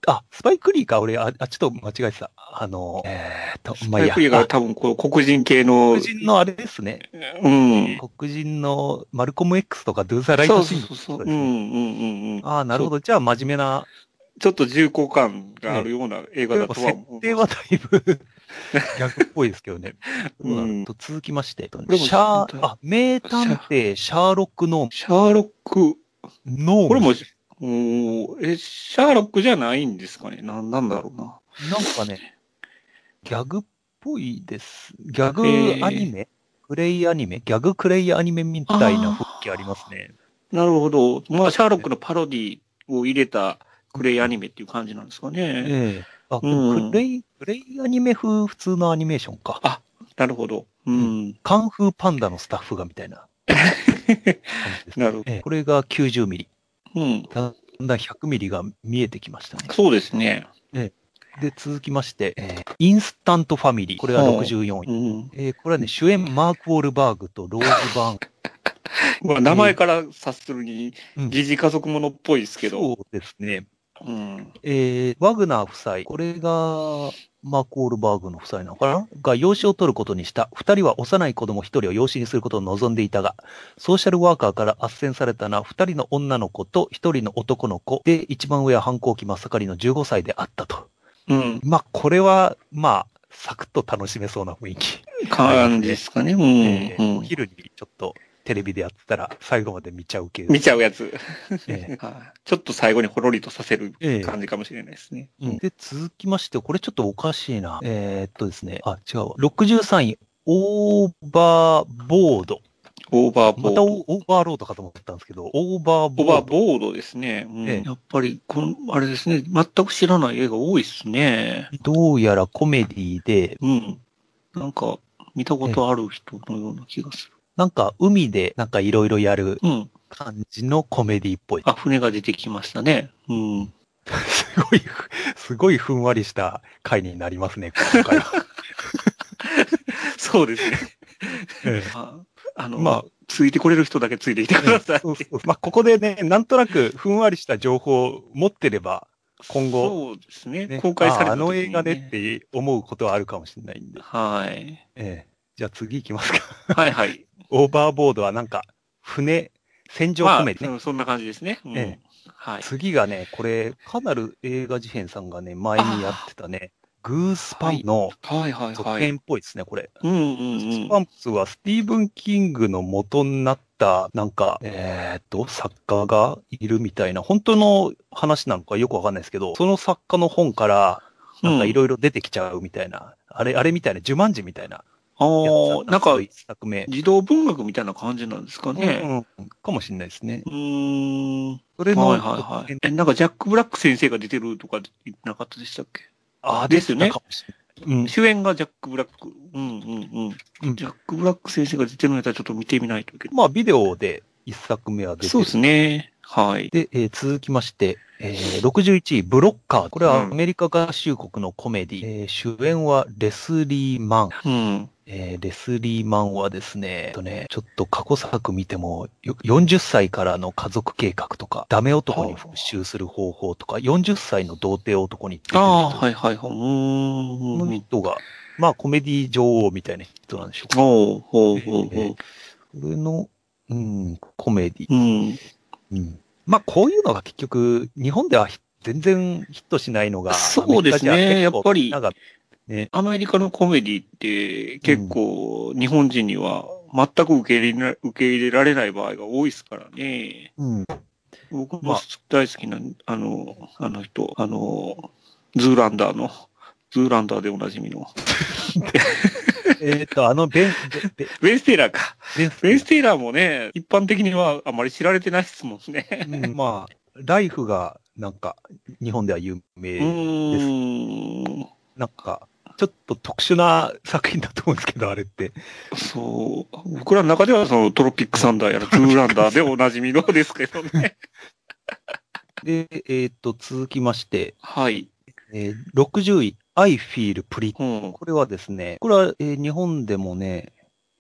A: あ、スパイクリーか、俺、あ、あちょっと間違えてた。あの、えーっと、まあ、いい
B: パイ
A: や。
B: クリー
A: あ
B: が多分こう黒人系の
A: 黒、人のあれですね。
B: うん。
A: 黒人のマルコム X とかドゥーザ・ライ
B: そ
A: ト
B: う
A: シーン
B: そ
A: と
B: う
A: か
B: そう。うん
A: で
B: う
A: すね
B: んうんうん。
A: ああ、なるほど。じゃあ、真面目な。
B: ちょっと重厚感があるような映画だとは
A: 設
B: 思う。
A: 定はだい ぶ逆っぽいですけどね。
B: うん
A: どうなると続きまして、
B: れも
A: シャ
B: 本当
A: ー、
B: に
A: あ、名探偵シャーロック・ノー
B: シャーロック、
A: ム。ノーム
B: これも、おーえ、シャーロックじゃないんですかねなんなんだろうな。
A: なんかね、ギャグっぽいです。ギャグ
B: へー
A: アニメ、クレイアニメギャグクレイアニメみたいな復帰ありますね。
B: なるほど。まあ、シャーロックのパロディを入れたクレイアニメっていう感じなんですかね。
A: ええあ、
B: うん
A: クレイ、クレイアニメ風普通のアニメーションか。
B: なるほど。うん。
A: カンフーパンダのスタッフがみたい な感じですね。
B: なるほど。
A: ええこれが90ミリ。
B: うん。
A: だんだん100ミリが見えてきましたね。
B: そうですね。
A: で、続きまして、えーインスタントファミリー。これが64位。
B: うん。
A: えーこれはね、主演マーク・ウォールバーグとローズ・バーン。
B: まあ、名前から察するに
A: うん、
B: 疑似家族ものっぽいですけど。
A: そうですね。
B: うん。
A: えー、ワグナー夫妻、これが、マーク・オールバーグの夫妻なのかなが養子を取ることにした。二人は幼い子供一人を養子にすることを望んでいたが、ソーシャルワーカーから斡旋されたのは二人の女の子と一人の男の子で、一番上は反抗期真っ盛りの15歳であったと。
B: うん。
A: まあ、これは、まあ、サクッと楽しめそうな雰囲気。
B: 感じですかね。
A: え
B: う
A: ー
B: ん。う
A: お
B: ん、
A: 昼にちょっとテレビでやってたら最後まで見ちゃう系です
B: 見ちゃうやつ。
A: ええ
B: はいちょっと最後にほろりとさせる
A: ええ
B: 感じかもしれないですね。うん
A: で、続きまして、これちょっとおかしいな。えーっとですね。あ、違うわ。63位、オーバーボード。
B: オーバーボ
A: ま
B: ー
A: た
B: ド。
A: オーバーロードかと思ったんですけど、オーバー
B: オ
A: ボ
B: ーバー
A: ード。
B: ボードですね。うん
A: ええ
B: やっぱりこの、あれですね。全く知らない映画多いですね。
A: どうやらコメディで、
B: うん。なんか、見たことある人のような気がす
A: なんか海でなんかいろいろやる
B: る。うん。
A: 感じのコメディっ ぽい。
B: あ、船が出てきましたね。うん。
A: すごい、すごいふんわりした回になりますね、今回 は。
B: そうですね。
A: ええ
B: ああの、
A: ま
B: ま
A: あ
B: あ、ついてこれる人だけついてきてください。
A: そうそうまあ、ここでね、なんとなくふんわりした情報を持ってれば、今後
B: そうですね。
A: ね
B: 公開され
A: あ
B: た時に、ね。
A: あの映画でっ。て思うことはあるかもしれないんで。
B: はい。
A: ええ、じゃあ次行きますか。
B: はいはい。
A: オーバーボードはなんか、船、戦場
B: ま
A: 込
B: あ
A: めてね。
B: うんそんな感じですね。うん
A: え
B: はい。
A: 次がね、これ、かなり映画事変さんがね、前にやってたね、グースパンの
B: はいはい
A: 続
B: はい。
A: 編っぽいですね、これ。
B: うん
A: グース
B: うんう
A: パ
B: ん。
A: ンプはスティーブン・キングの元になった、なんか、えーっと、作家がいるみたいな、本当の話なのかよくわかんないですけど、その作家の本から、なんかいろいろ出てきちゃうみたいな、あれ、あれみたいな、呪文字みたいなやつだ
B: あ
A: っ
B: あ、
A: た
B: なんか
A: ですけど、一作目。
B: 児童文学みたいな感じなんですかね。
A: うんうん、かもしれないですね。
B: うーん。
A: それの、
B: はいはいはい。え、なんかジャック・ブラック先生が出てるとか言ってなかったでしたっけ
A: あ
B: ですよ
A: 出
B: ね
A: てたかもしれないうん、
B: 主演がジャック・ブラック。うんうんう
A: うん
B: ん。ジャック・ブラック先生が出てるのやったらちょっと見てみないといけない。
A: まあ、ビデオで一作目は出てる
B: そうですね。はい。
A: で、えー続きまして、えー61位、ブロッカー。これはア
B: うん
A: メリカ合衆国のコメディ。えー主演はレスリー・マン。
B: うん。
A: えーレスリー・マンはですね、えっとね、ちょっと過去作見ても、よ40歳からの家族計画とか、ダメ男に復讐する方法とか、40歳の童貞男に出て
B: あ
A: る
B: あ、
A: 人
B: はいはいはい。う
A: この
B: ーん。
A: 人が、まあコメディ女王みたいな人なんでしょうか。
B: おうほうほうほう。
A: これの、うん、コメディ。
B: うん。
A: うん。まあ、こういうのが結局、日本ではひ全然ヒットしないのが、
B: そうですね
A: アメリカじゃ結構
B: やっぱり
A: なんか、ね、
B: アメリカのコメディって結構日本人には全く受け入れな受け入れられない場合が多いですからね。
A: うん。
B: 僕
A: ま
B: も
A: あ
B: 大好きな、あの、あの人、あの、ズーランダーの、ズーランダーでおなじみの。
A: えっと、あの、ベン、ベン、
B: ウェンステイラーか。
A: ベン、
B: ウェンステイラーもね、一般的にはあまり知られてないですも んね。
A: うんまあ、ライフが、なんか、日本では有
B: う
A: 名、
B: ーん。
A: なんか、ちょっと特殊な作品だと思うんですけど、あれって。
B: そう。僕らの中ではそのトロピックサンダーやらズーランダーでおなじみのですけど ね。
A: で、えっ、と、続きまして、
B: はい。
A: えー60位、I feel pretty。
B: うん。
A: これはですね、これは、えー日本でもね、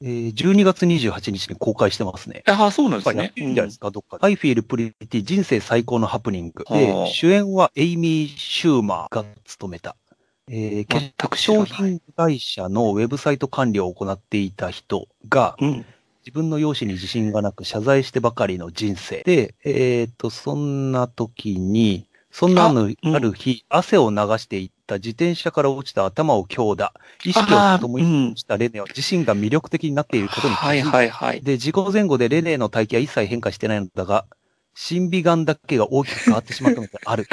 A: えー12月28日に公開してますね。
B: ああ、そう
A: や
B: なん
A: っ
B: で
A: ぱ
B: す
A: りやっ
B: ね。
A: てんじゃないですか、どっかで。I feel pretty 人生最高のハプニング。
B: はあ
A: で、主演はエイミー・シューマーが務めた。えー、
B: 全く知らな
A: 商品
B: い
A: 会社のウェブサイト管理を行っていた人が、
B: うん。
A: 自分の容姿に自信がなく謝罪してばかりの人生。で、えっ、と、そんな時に、そんなの
B: うん
A: ある日、汗を流していった自転車から落ちた頭を強打。意識を共
B: あーう
A: に
B: ん
A: したレネは自身が魅力的になっていることに気づ
B: はいい
A: た
B: はいはい。
A: で、事故前後でレネの体型は一切変化してないのだが、審美眼だけが大きく変わってしまったのであ る。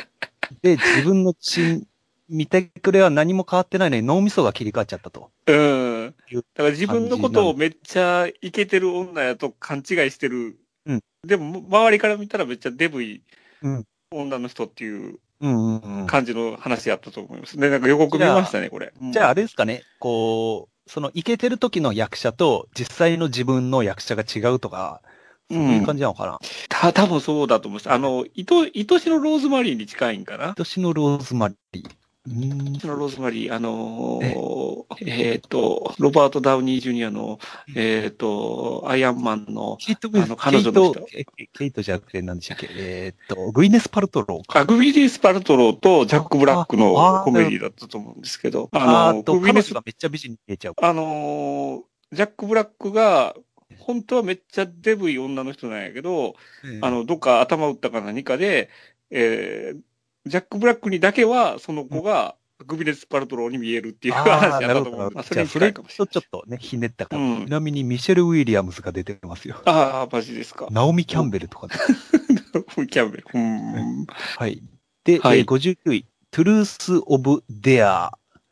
A: で、自分の心、見てくれは何も変わってないのに脳みそが切り替わっちゃったと。
B: うん。だから自分のことをめっちゃイケてる女やと勘違いしてる。
A: うん
B: でも、周りから見たらめっちゃデブい
A: うん
B: 女の人っていう
A: うんうんうん。
B: 感じの話やったと思います。で、なんか予告見ましたね、これ。
A: じゃああれですかね、こう、そのイケてる時の役者と実際の自分の役者が違うとか、そういう感じなのかな。
B: た、多分そうだと思います。あの、いと、愛しのローズマリーに近いんかな
A: 私のローズマリー。うーん
B: 愛しのローズマリー、あのーえっ、と、ロバート・ダウニー・ジュニアの、えっ、と、アイアンマンの、
A: ケイト・ウィン
B: あの彼女の人
A: ケイトえケイトじゃなくて何でしたっけえーっと、グイネス・パルトローか。
B: あグビネス・パルトローとジャック・ブラックのコメディだったと思うんですけど、あ
A: ー
B: の、
A: っと、
B: グビ
A: 彼
B: ネ
A: 女
B: ス
A: が、めっちゃ美人に見えちゃう。
B: あのー、ジャック・ブラックが、本当はめっちゃデブい女の人なんやけど、あの、どっか頭打ったか何かで、えー、ジャック・ブラックにだけは、その子が、グビネス・パルトローに見えるっていう
A: あ
B: 話
A: ー
B: だ
A: なる
B: った
A: ほ
B: と
A: ど
B: 思う。まあ、そ
A: じゃあ、
B: れに
A: そ
B: 近
A: れ
B: いか
A: と
B: もし
A: ちょっとね、ひねったか
B: れ
A: ら。
B: ない。う
A: ち
B: ん。
A: なみに、ミシェル・ウィリアムズが出てますよ。
B: ああ、マジですか。
A: ナオミ・キャンベルとかね。
B: キャンベル。うん。
A: はい。で、
B: はい
A: えー59位。トゥルース・オブ・デア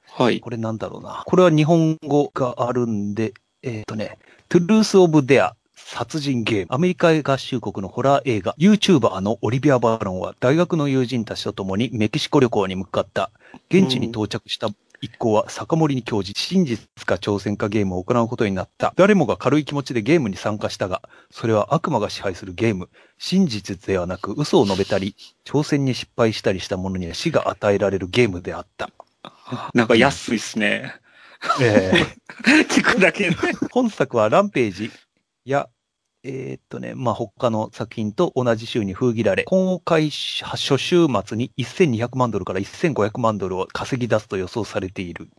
B: はい。
A: これなんだろうな。これは日本語があるんで、えーっとね、トゥルース・オブ・デア殺人ゲーム。アメリカ合衆国のホラー映画。YouTuber のオリビア・バロンは大学の友人たちと共にメキシコ旅行に向かった。現地に到着した一行は酒盛りに興じ、真実か挑戦かゲームを行うことになった。誰もが軽い気持ちでゲームに参加したが、それは悪魔が支配するゲーム。真実ではなく嘘を述べたり、挑戦に失敗したりした者には死が与えられるゲームであった。
B: なんか安いっすね。
A: えー
B: 聞くだけで。
A: 本作はランページや、えーっとね、まあ、他の作品と同じ週に封切られ、公開初週末に1200万ドルから1500万ドルを稼ぎ出すと予想されている。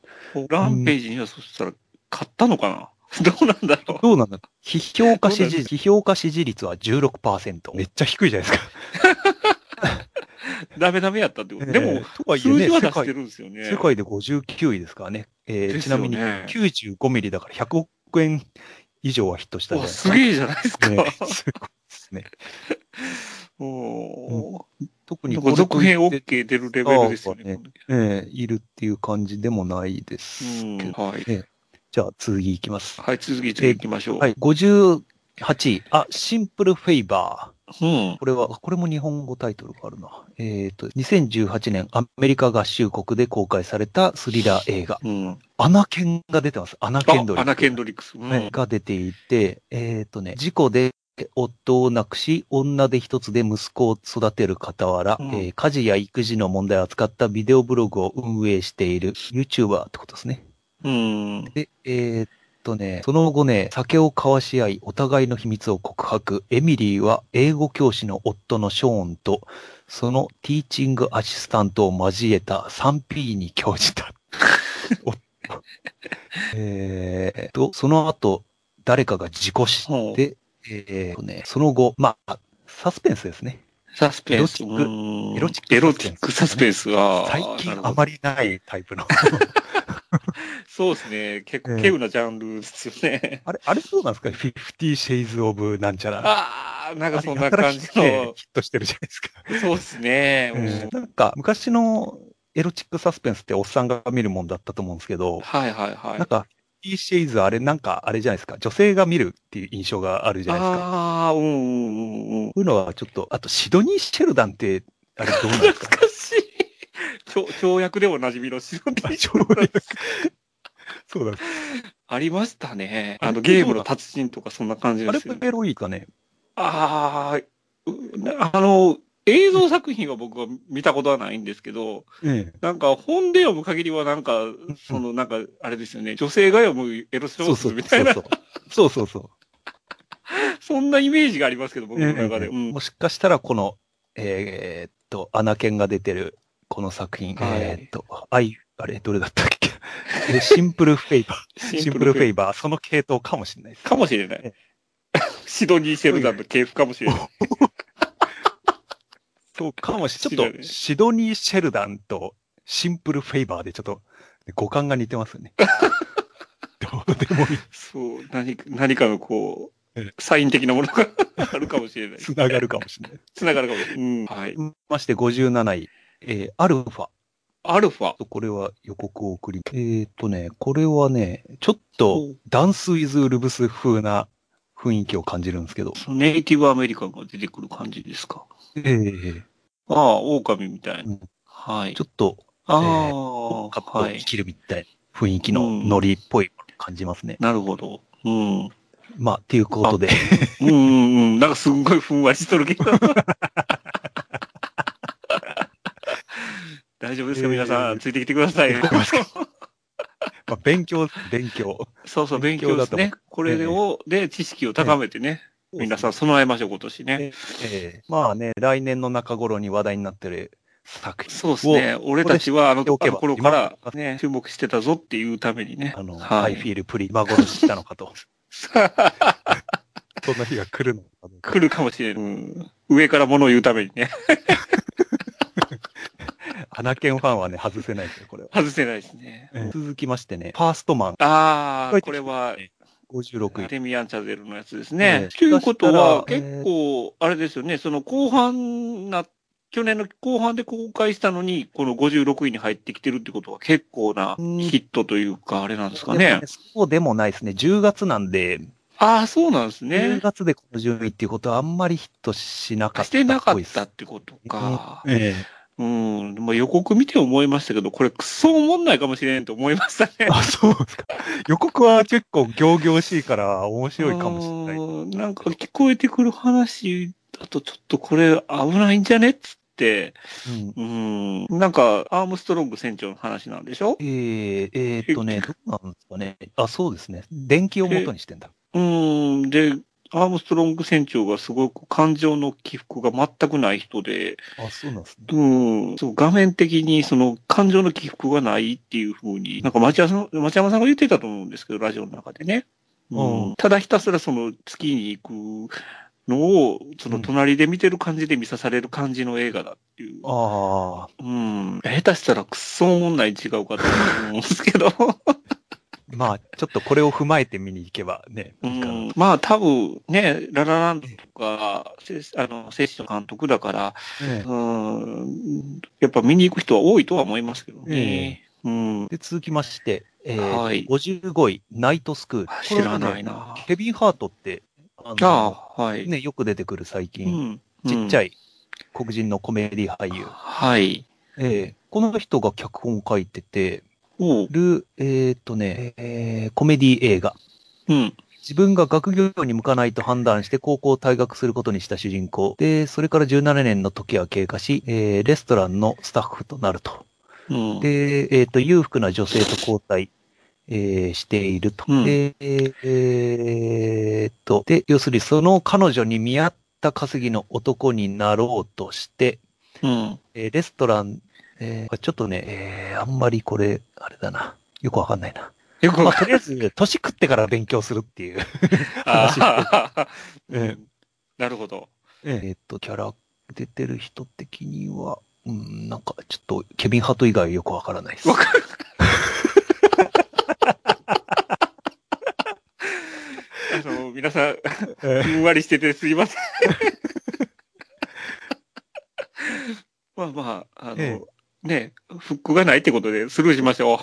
B: ランページにはそしたら、買ったのかな、 どうなんだろう。
A: どうなんだ批評家支
B: どう
A: 持、批評家支持率は16%。めっちゃ低いじゃないですか。
B: ダメダメやったってこと。で
A: えー、、
B: も
A: とはいえ
B: 数字
A: ね、世
B: は出して
A: 界
B: るんですよね。
A: 世界で59位ですからね。えー
B: です
A: ち
B: よ
A: な
B: ね
A: みに95ミリだから100億円以上はヒットしたん
B: わ
A: じゃ
B: す
A: ない
B: げえじゃないですか。
A: ですかね。すごいですね。
B: お
A: 特
B: ー
A: に
B: なん
A: こ
B: か
A: れ
B: 続編 OK 出るレベルですよね。
A: ええいるっていう感じでもないです
B: う
A: けど。
B: ん、はい。
A: じゃあ次いきます。
B: はい、続き、次行きましょう。
A: はい、58位。あ、シンプルフェイバー。
B: うん。
A: これは、これも日本語タイトルがあるな。えっ、と、2018年アメリカ合衆国で公開されたスリラー映画。
B: うん。
A: アナケンが出てます。アナケンドリッ
B: あ、
A: ク。
B: アナ・ケンドリックス。うん
A: ねが出ていて、えっ、とね、事故で夫を亡くし、女で一つで息子を育てる傍ら、
B: うん
A: えー家事や育児の問題を扱ったビデオブログを運営している YouTuber ってことですね。
B: うん。
A: で、えーっとね、その後ね、酒を交わし合い、お互いの秘密を告白。エミリーは英語教師の夫のショーンと、そのティーチングアシスタントを交えた 3P に興じた。 夫えーっと、その後、誰かが事故死
B: ほう
A: で、えーとね、その後、まあ、サスペンスですね。
B: サスペンス。
A: エロチック
B: うん
A: エロチック
B: エロチックサスペンスは、
A: 最近あまりないタイプの。
B: そうですね。結
A: え
B: 構、
A: え
B: 稀有なジャンルですよね。
A: あれ、あれそうなんですか ?50 Shades of なんちゃら。
B: ああ、なん
A: あれ
B: かそんな感じ
A: やたら
B: の
A: ヒッ、トしてるじゃないですか。
B: そうですね。
A: え
B: うん
A: ーなんか、昔のエロチックサスペンスっておっさんが見るもんだったと思うんですけど、
B: はいはいはい
A: なん。か、50 Shades あれ、なんかあれじゃないですか。女性が見るっていう印象があるじゃないですか。
B: ああ、うんうんうんうん。
A: そういうのはちょっと、あとシドニー・シェルダンって、あれどうなんですか
B: 懐かしい。跳跳躍でおなじみの白の
A: あ跳躍 そうだ。
B: ありましたね。
A: あれ
B: あの、ゲームの達人とかそんな感じ
A: あ
B: で
A: れ
B: すよね。
A: エロいかね。
B: ああ、うなあの、映像作品は僕は見たことはないんですけど、
A: ええ。
B: なんか本で読む限りはなんか、そのなんか、あれですよね、女性が読むエロ小
A: そうそ
B: 説
A: う
B: み
A: そ
B: たいうな、
A: そう。そうそうそう。
B: そんなイメージがありますけど、僕の中
A: ええ
B: で。うん
A: もしかしたら、この、えーっと、アナケンが出てる、この作品、
B: はい
A: えーっと、愛、あれ、どれだったっけ えシンプルフェイバー。シンプルフェ
B: イ
A: イバー、その系統かもしれないです。
B: かもしれな
A: え
B: い。シドニー・シェルダンの系譜かもしれない。
A: そうかもしれ
B: シ
A: な
B: ド
A: い。ちょっと、
B: ニー
A: シドニー・シェルダンとシンプルフェイバーでちょっと、五感が似てますよ ね。どうでもいい。
B: そう、何か、何かのこ
A: ええ
B: う、サイン的なも のがあるかもしれない。
A: つながるかもしれない。
B: つながるかもしれない。うん。はい。
A: まして57位、えーアルファ。
B: アルファ。
A: これは予告を送り、えーっとね、これはね、ちょっとダンス・イズ・ウルブス風な雰囲気を感じるんですけど、
B: そのネイティブアメリカンが出てくる感じですか。
A: えー
B: ああ、狼みたいな。
A: うん
B: はい。
A: ちょっと
B: あ
A: えカ
B: あ、
A: ップを
B: はい
A: 生。きるみたいな雰囲気のノリっぽい感じますね。
B: なるほど。うん。
A: まあ、っていうことで、
B: うんうんうん。なんかすんごいふんわりしとるけ ど。大丈夫ですか
A: えー
B: 皆さん、ついてきてください。
A: まあ、勉強、勉強。
B: そうそう、勉強です
A: 勉強だ
B: ね。これを、で、知識を高めてね、皆さん備えましょう、今年ね。
A: えーまあね、来年の中頃に話題になってる作品。
B: そうですね。俺たちはあ
A: 知
B: の
A: ってお
B: あ
A: け
B: の
A: ば
B: 頃から
A: 今
B: ね、注目してたぞっていうためにね。
A: あの、
B: は
A: ハイ
B: い
A: フ。ィールプリ、今頃知ったのか と。そんな日が来るのかどうか
B: 来るかもしれない、うん。上から物を言うためにね。
A: アナケンファンはね、外せないですよ、これは。
B: 外せないですね。
A: 続きましてね、ファーストマン
B: ああ、これは、
A: 56位。
B: テミアン・チャゼルのやつですね
A: え。え
B: ということは、
A: そしたら
B: 結構、あれですよね、その後半な、去年の後半で公開したのに、この56位に入ってきてるってことは結構なヒ
A: うん
B: ットというか、あれなんですか
A: でも
B: ね
A: ね。そうでもないですね。10月なんで、
B: ああ、そうなんです
A: 10
B: ね。
A: 月でこの順位っていうことはあんまりヒットしなかった
B: してなか
A: っぽ
B: っ
A: いです。
B: たってことか。
A: え
B: うん。まあ、予告見て思いましたけど、これクソ思んないかもしれんと思いましたね
A: え。。あ、そうですか。予告は結構行々しいから面白いかもしれない。
B: ない。なんか聞こえてくる話だとちょっとこれ危ないんじゃねっつって、
A: うん
B: うん。なんか、アームストロング船長の話なんでしょ
A: えー、えーっとね、どうなんですかね。あ、そうですね。電気を元にしてんだ。
B: うん。で、アームストロング船長がすごく感情の起伏が全くない人で、
A: あ、そうなんですね。
B: うん。そう、画面的にその感情の起伏がないっていう風に、なんか町山さん、町山さんが言ってたと思うんですけど、ラジオの中でね。
A: うん
B: ただひたすらその月に行くのを、その隣で見てる感じで見さされる感じの映画だっていう。
A: ああ、
B: うん。下手したらくっそおもんない違うかと思うんです けど。
A: まあ、ちょっとこれを踏まえて見に行けばね、
B: う
A: いいかな。
B: ん、まあ多分ね、ララランドとか、せあの、聖子の監督だから、
A: ええ
B: うん、やっぱ見に行く人は多いとは思いますけどね。うん。
A: で、続きまして、えー
B: はい
A: 55位、ナイトスクール。
B: 知
A: こ
B: ら
A: れは
B: な
A: ね
B: いな。
A: ケビン・ハートって、あの、
B: ああ、はい。
A: ね、よく出てくる最
B: う
A: 近、
B: ん。
A: ちっちゃ
B: い。
A: い黒人のコメディ俳優。
B: はい。
A: ええこの人が脚本を書いてて
B: おう。
A: る、えーっとね、えーコメディ映画。
B: うん。
A: 自分が学業に向かないと判断して高校を退学することにした主人公。で、それから17年の時は経過し、えーレストランのスタッフとなると。
B: うん。
A: で、えっ、と、裕福な女性と交代、えーしていると。
B: うん
A: で、えーっと、で、要するにその彼女に見合った稼ぎの男になろうとして、
B: うん。
A: えーレストラン、えーちょっとね、えーあんまりこれ、あれだな。よくわかんないな。
B: よく
A: ま
B: わ
A: あ、
B: か
A: とりあえず、年食ってから勉強するっていう。
B: あ あ
A: え
B: ー、
A: え
B: うんなるほど。
A: えーっと、キャラ出てる人的には、うん、なんか、ちょっと、ケビン・ハート以外よくわからないです。
B: わかあの、皆さん、
A: え
B: ふんわりしててすいません。 まあまあ、あの、
A: え
B: ね、フックがないってことでスルーしま しょ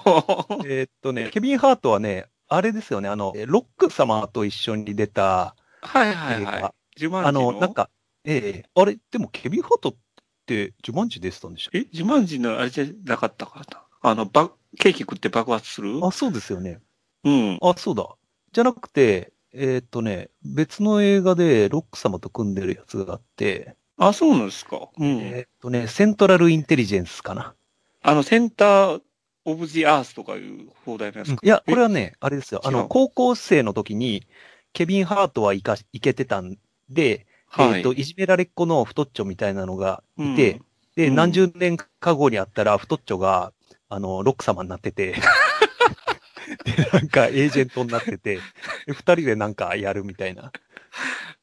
B: う。
A: えーっとね、ケビン・ハートはね、あれですよね、あの、えロック様と一緒に出た
B: はい
A: 映
B: はい
A: 画。
B: はい。ジュマン
A: あ
B: ジの。
A: の、なんか、ええあれ、でもケビン・ハートって、ジュマンジ出てたんでしょ
B: え、ジュマンジのあれじゃなかったかな。あの、ば、ケーキ食って爆発する
A: あ、そうですよね。
B: うん。
A: あ、そうだ。じゃなくて、えーっとね、別の映画でロック様と組んでるやつがあって、
B: あ、そうなんですか。うん。
A: えーっとね、セントラル・インテリジェンスかな。
B: あの、センター・オブ・ジ・アースとかいう放題のやつか。
A: いや、これはね、あれですよ。あ
B: 違う
A: の、高校生の時に、ケビン・ハートはいかし、いけてたんで、
B: はい。
A: えっと、いじめられっ子の太っちょみたいなのがいて、
B: うん
A: で、
B: うん
A: 何十年か後にあったら、太っちょが、あの、ロック様になって て、で、なんかエージェントになってて、で二人でなんかやるみたいな。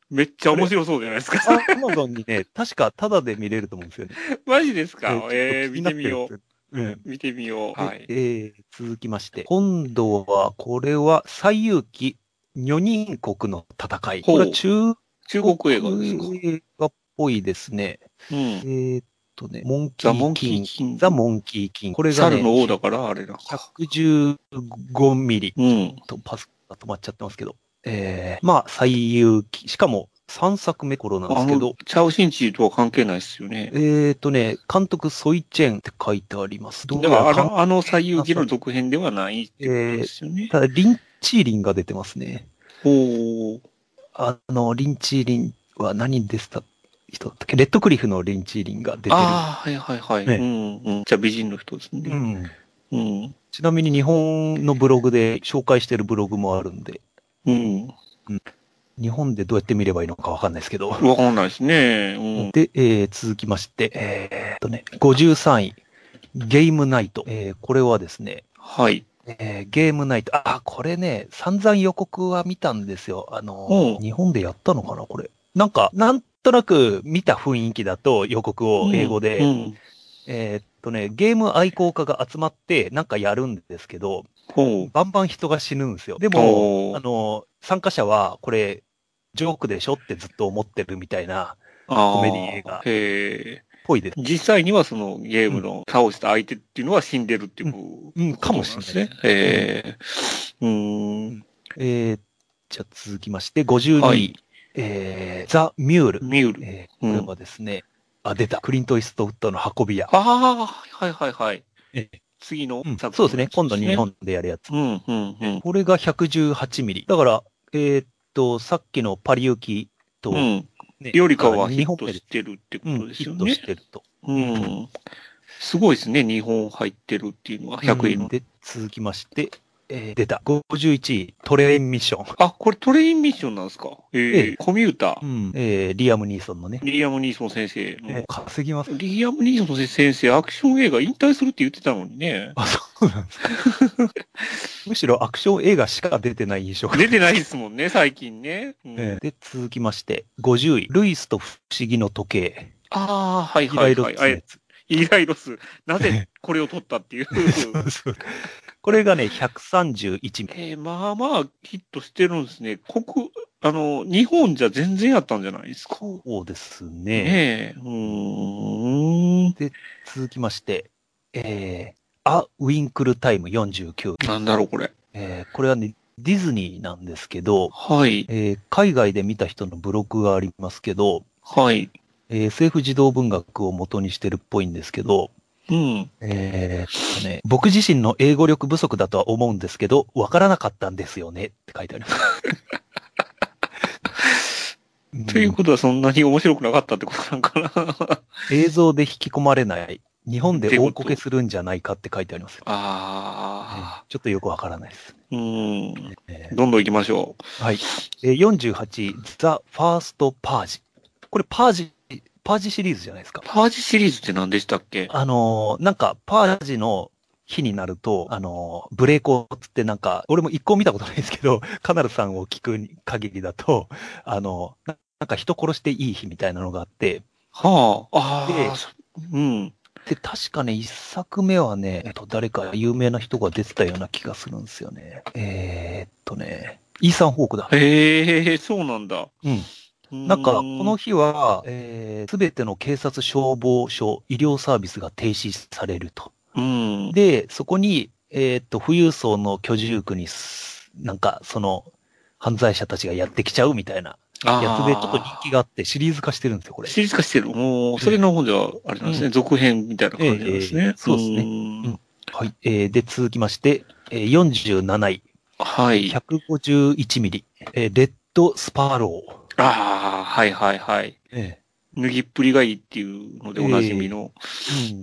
B: めっちゃ面白そうじゃないですか。
A: あアマゾンにね、確かタダで見れると思うんですよね。
B: マジですか
A: ちょっと
B: えー、
A: 気になってる
B: 見みよう。
A: う。うん。
B: 見てみよう。は
A: はい
B: い。
A: えー続きまして、今度は、これは、西遊記、女人国の戦い。
B: ほう
A: これは中
B: 中
A: 国
B: 国映画ですか
A: 映画っぽいですね。
B: うん
A: え。ーっとね、モンキ
B: ザ・モ
A: ー
B: ンキ
A: キ
B: ー・
A: ン。
B: キン。
A: ザ・モンキーキン。これが
B: 猿
A: ね、
B: の王だから、あれな。
A: 115ミリ
B: うん。
A: とパスが止まっちゃってますけど。えー、まあ、西遊記。しかも、3作目頃なんで
B: あ
A: すけ
B: の
A: ど、、
B: チャオ・シンチーとは関係ないですよね。
A: えーっとね、監督、ソイチェンって書いてあります。どう
B: で
A: や
B: も、あ
A: ら
B: の、あの、最遊記の続編ではないってことですよね。
A: ただ、リン・チーリンが出てますね。
B: おー。
A: あの、リンチーリンは何でした人だったっけレッドクリフのリンチーリンが出てる。
B: ああ、はいはいはい。
A: ね
B: うんうん。じゃあ、美人の人です
A: う
B: ね。
A: ん。
B: うん。
A: ちなみに日本のブログで紹介してるブログもあるんで、
B: うん。
A: 日本でどうやって見ればいいのかわかんないですけど。
B: わかんないですね。うん。
A: で、えー続きまして、えーっとね、53位、ゲームナイト。えーこれはですね、
B: はい。
A: えーゲームナイト。あー、これね、散々予告は見たんですよ。あの
B: う
A: ー、日本でやったのかな、これ。なんか、なんとなく見た雰囲気だと予告を英語で、
B: うん。
A: えーっとね、ゲーム愛好家が集まってなんかやるんですけど、
B: ほ
A: バンバン人が死ぬんですよ。で
B: う。
A: も、
B: ほう
A: あの、参加者はこれ、ジョークでしょってずっと思ってるみたいな、
B: コ
A: メディ映画
B: へえ。
A: ぽいです。
B: 実際にはそのゲームの倒した相手っていうのは死んでるっていう、
A: うん、かもしれない。
B: ね。へえ。うーん。
A: えー、じゃあ続きまして、52位、
B: はい
A: えー、ザ・ミュール。
B: ミュール。
A: えー、これはですね、あ、出た。クリント・イーストウッドの運び屋。
B: ああ、はいはいはい
A: え。
B: 次の
A: うん、
B: 作
A: そうですね。今度日。本でやるやつ。
B: うん、うん、うん。
A: これが118ミリ。だから、えーっと、さっきのパリ行きと、
B: うん。
A: ね
B: よりかはヒ
A: 日
B: ッ
A: 本
B: ト
A: で
B: してるってこ
A: う
B: と
A: ん、
B: です
A: ヒ
B: よ
A: ット
B: ね
A: し。てると。
B: うん。すごいですね。日本入ってるっていうのは100位の。
A: で、続きまして、えー出た。51位、トレインミッション。
B: あ、これトレインミッションなんですか
A: え
B: ええ。
A: え
B: コミューター。
A: えーリアム・ニーソンのね。
B: リアム・ニーソン先生
A: え
B: の
A: ー。稼ぎます。
B: リアム・ニーソン先生、アクション映画引退するって言ってたのに ね。
A: あ、そうなんですか。 むしろアクション映画しか出てない印象が。
B: 出てないですもんね、最近ね。うん
A: えーで、続きまして、50位、ルイスと不思議の時計。
B: ああ、はい
A: イラ
B: は
A: イ
B: い
A: ロ
B: は
A: ッ
B: い。
A: ツのやつ
B: あイライロス。なぜこれを取ったっていう。
A: これがね、131名。
B: えー、まあまあヒットしてるんですね。ここ、あの、日本じゃ全然やったんじゃないですか。ね
A: そうですね。
B: え。うーん。
A: 続きまして、えー、ア・ウィンクルタイム49。
B: なんだろう、これ。
A: えーこれはね、ディズニーなんですけど、
B: はい。
A: えー海外で見た人のブログがありますけど、
B: はい。
A: えー SF 児童文学を元にしてるっぽいんですけど、
B: うん。
A: えーっとね、僕自身の英語力不足だとは思うんですけど、わからなかったんですよねって書いてあります。うん
B: ということはそんなに面白くなかったってことなん かな。
A: 映像で引き込まれない、日本で大こ
B: ってこと
A: けするんじゃないかって書いてあります。
B: あ
A: ちょっとよくわからないです。
B: あ。うん。
A: えー
B: どんどん行きましょう。
A: はい。えー48、ザ・ファースト・パージ。これパージ、パージシリーズじゃないですか。
B: パージシリーズって何でしたっけ
A: あのーなんか、パージの日になると、あの、ブレイコーつってなんか、俺も一個見たことないですけど、 カナルさんを聞く限りだと、あの、ななんか人殺していい日みたいなのがあって、
B: はあ。あ
A: で
B: あ。そうん。
A: で、確かね、一作目はね、えっと、誰か有名な人が出てたような気がするんですよね。えーっとね、イーサン・ホークだ。
B: へえ、そうなんだ。
A: うん。
B: う
A: なんか、この、日は、えすべての警察、消防署、医療サービスが停止されると。
B: うん。
A: で、そこに、えーっと、富裕層の居住区にす、なんか、その、犯罪者たちがやってきちゃうみたいな
B: あ
A: やつ
B: ー
A: で、ちょっと人気があって、シリーズ化してるんですよ、これ。
B: シリーズ化してる。もう、それの方では、あれなんですね、
A: うん
B: 続編みたいな感じなんですね。
A: ええええそうですね
B: ね
A: うんはい。えーで、続きまして、えー47位、
B: はい。あ
A: 151ミリ、えーレッドスパロー。
B: あー、はいはいはい。
A: え
B: 脱ぎっぷりがいいっていうのでおなじみの。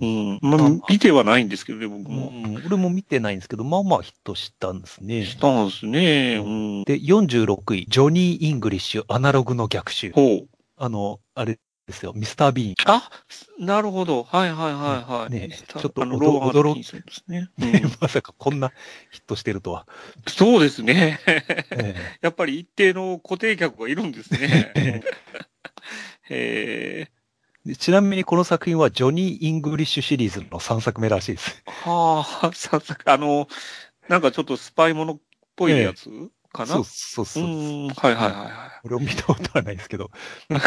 A: え
B: うん。まあ、見てはないんですけどね、
A: う
B: 僕
A: ん
B: も。
A: うん俺も見てないんですけど、まあまあヒットしたんですね。
B: したんですね。うん。
A: で、46位、ジョニー・イングリッシュ、アナログの逆襲。
B: ほう。
A: あの、あれですよ、ミスター・ビーン。
B: あ、なるほど。はいはいはいはい。
A: ね
B: ち
A: ちょ
B: ょっ
A: っ
B: と
A: と
B: あの、
A: 驚
B: ローガン・アトキンソンですね。うん
A: まさかこんなヒットしてるとは。
B: そうですね。
A: え
B: やっぱり一定の固定客がいるんです ね。へえ。
A: えでちなみにこの作品はジョニー・イングリッシュシリーズの3作目らしいです。
B: はあ、ささあの、なんかちょっとスパイものっぽいやつかな、
A: そうそうそうう。
B: ん、はいはいは
A: 俺も見たことはないですけど。
B: い は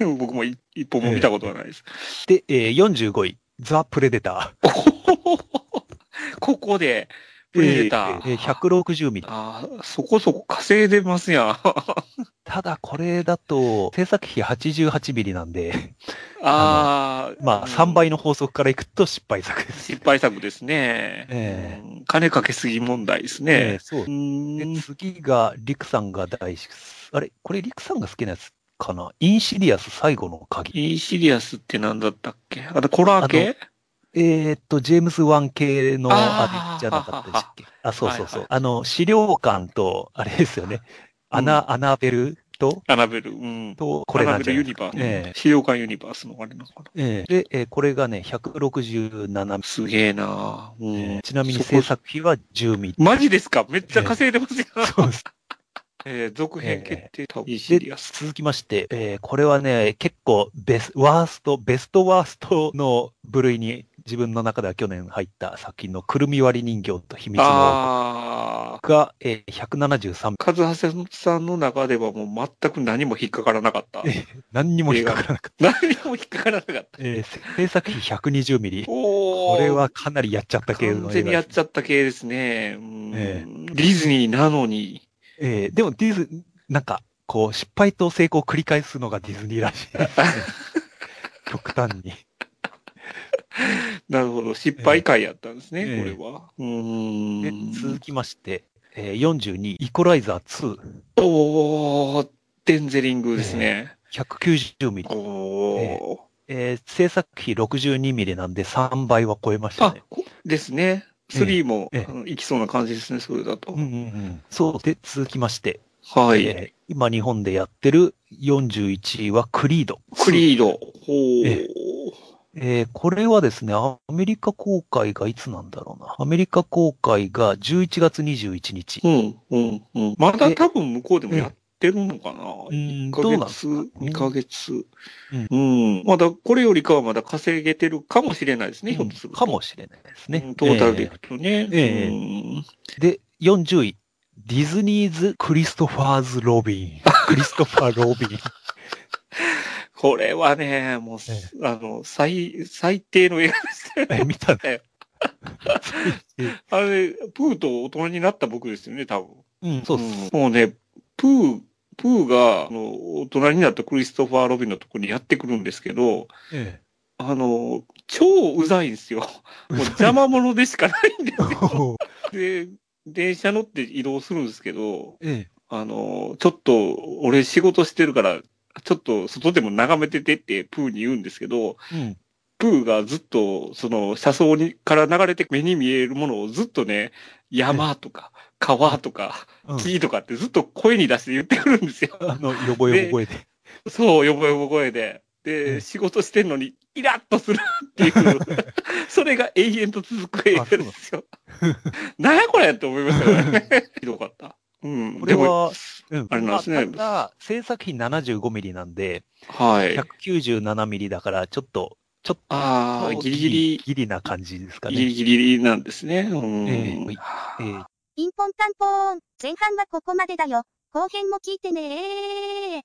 B: い。僕もい一本も見たことはないです。
A: で、えー45位、ザ・プレデター。
B: ここで、プレデター。
A: えーえー160ミリ。
B: ああ、そこそこ稼いでますやん。あ
A: ただこれだと、制作費88ミリなんで、
B: あー、
A: ま
B: うん
A: あ3倍の法則からいくと失敗作です。
B: 失敗作ですね。
A: え
B: うん金かけすぎ問題です
A: ええ
B: ね。
A: そう
B: う。
A: で、
B: ん
A: 次が、リクさんが大好き。あれこれリクさんが好きなやつかなインシディアス最後の鍵。
B: インシリアスって何だったっけあと、コラー系
A: えーっと、ジェームス・ワン系の
B: あー
A: あれじゃなかったでしたっけあ、そうそうそう。
B: はいはい
A: あの、資料館と、あれですよね。アナ、アナベルと、
B: アナベル。うん。
A: と、これ
B: ア
A: な
B: ナ
A: ん
B: ベ
A: じゃ
B: ル
A: な
B: ユ
A: いです
B: ニ
A: か
B: バース。
A: ええ
B: 資料館ユニバースのあれなのかな。
A: ええで、えーこれがね、167、
B: すげえなぁうん
A: えーちなみに制作費は10ミリ。
B: マジですかめっちゃ稼いでますよ。
A: そうです。
B: えー続編決定、多分。インシ
A: で
B: リア、ス。
A: 続きまして、えーこれはね、結構ベス、ワースト、ベストワーストの部類に自分の中では去年入った作品のくるみ割り人形と秘密の
B: ああ。
A: 王国が、えー、173
B: カズハセさんの中ではもう全く何も引っかからなかった。
A: え何にも引っかからなかっ
B: 何も引っかからなかった。
A: た。えー制作費120ミリ。
B: おー。
A: これはかなりやっちゃった系の
B: 完全にやっちゃった系ですね。うんディズニーなのに。
A: えーでもディズ、なんか、こう、失敗と成功を繰り返すのがディズニーら しいですね。極端に。
B: なるほど。失敗回やったんですね、
A: ええ
B: これは。う
A: で
B: ーん。
A: 続きまして、えー42イコライザー
B: おー、デンゼリングですね。
A: 2、190ミリ。
B: おー。
A: ええー制作費62ミリなんで3倍は超えました
B: あ
A: ね。、
B: こですね。3も、
A: ええ
B: あのいきそうな感じですね、それだと。
A: うんうんうん。そう。で、続きまして、
B: はい。
A: えー今日本でやってる41位はクリード。
B: クリード。ほー。
A: ええーこれはですね、アメリカ公開がいつなんだろうな。アメリカ公開が11月21日。
B: うん、うん、うん。まだ多分向こうでもやってるのかな。
A: うん、
B: 1
A: どうなん
B: ヶ
A: です
B: 月、
A: か
B: 2ヶ月
A: うん。
B: うん。まだこれよりかはまだ稼げてるかもしれないですね、ひょっとす
A: う
B: る
A: ん
B: と。
A: かもしれないです
B: う
A: ね
B: ん。トータルでいくとね。
A: ええ
B: うん
A: えーで、40位。ディズニーズ・クリストファーズ・ロビン。クリストファー・ロビン。
B: これはね、もうす、あの、最、最低の映画ですね。
A: えー、見たね
B: え。 あれ、プーと大人になった僕ですよね、多分。
A: うん、そうっす。
B: んもうね、プー、プーが、あの、大人になったクリストファー・ロビンのとこにやってくるんですけど、
A: え
B: あの、超うざいんですよ。もう邪魔者でしかないんで
A: え
B: で、電車乗って移動するんですけど、
A: ええ。
B: あの、ちょっと、俺仕事してるから、ちょっと外でも眺めててってプーに言うんですけど、
A: うん。
B: プーがずっと、その、車窓にから流れて目に見えるものをずっとね、山とか、川とか、
A: うん
B: 木とかってずっと声に出して言ってくるんですよ。
A: あの、よぼよぼ声で。
B: そう、よぼよぼ声で。
A: う
B: で、
A: ん
B: 仕事してんのに、イラッとするっていう、 それが永遠と続く映画ですよ。 なんやこれって思いましたよね。ひどかった。うん。
A: これ
B: でも、
A: は、うん
B: あれなんですね
A: まあただ、制作費75ミリなんで、
B: はい。
A: 197ミリだから、ちょっと、ちょっと、
B: ああ、ギリギリ、
A: ギリな感じですかね。
B: ギリギリなんですね。うん。
A: えええー
C: ピンポンパンポーン。前半はここまでだよ。後編も聞いてねー。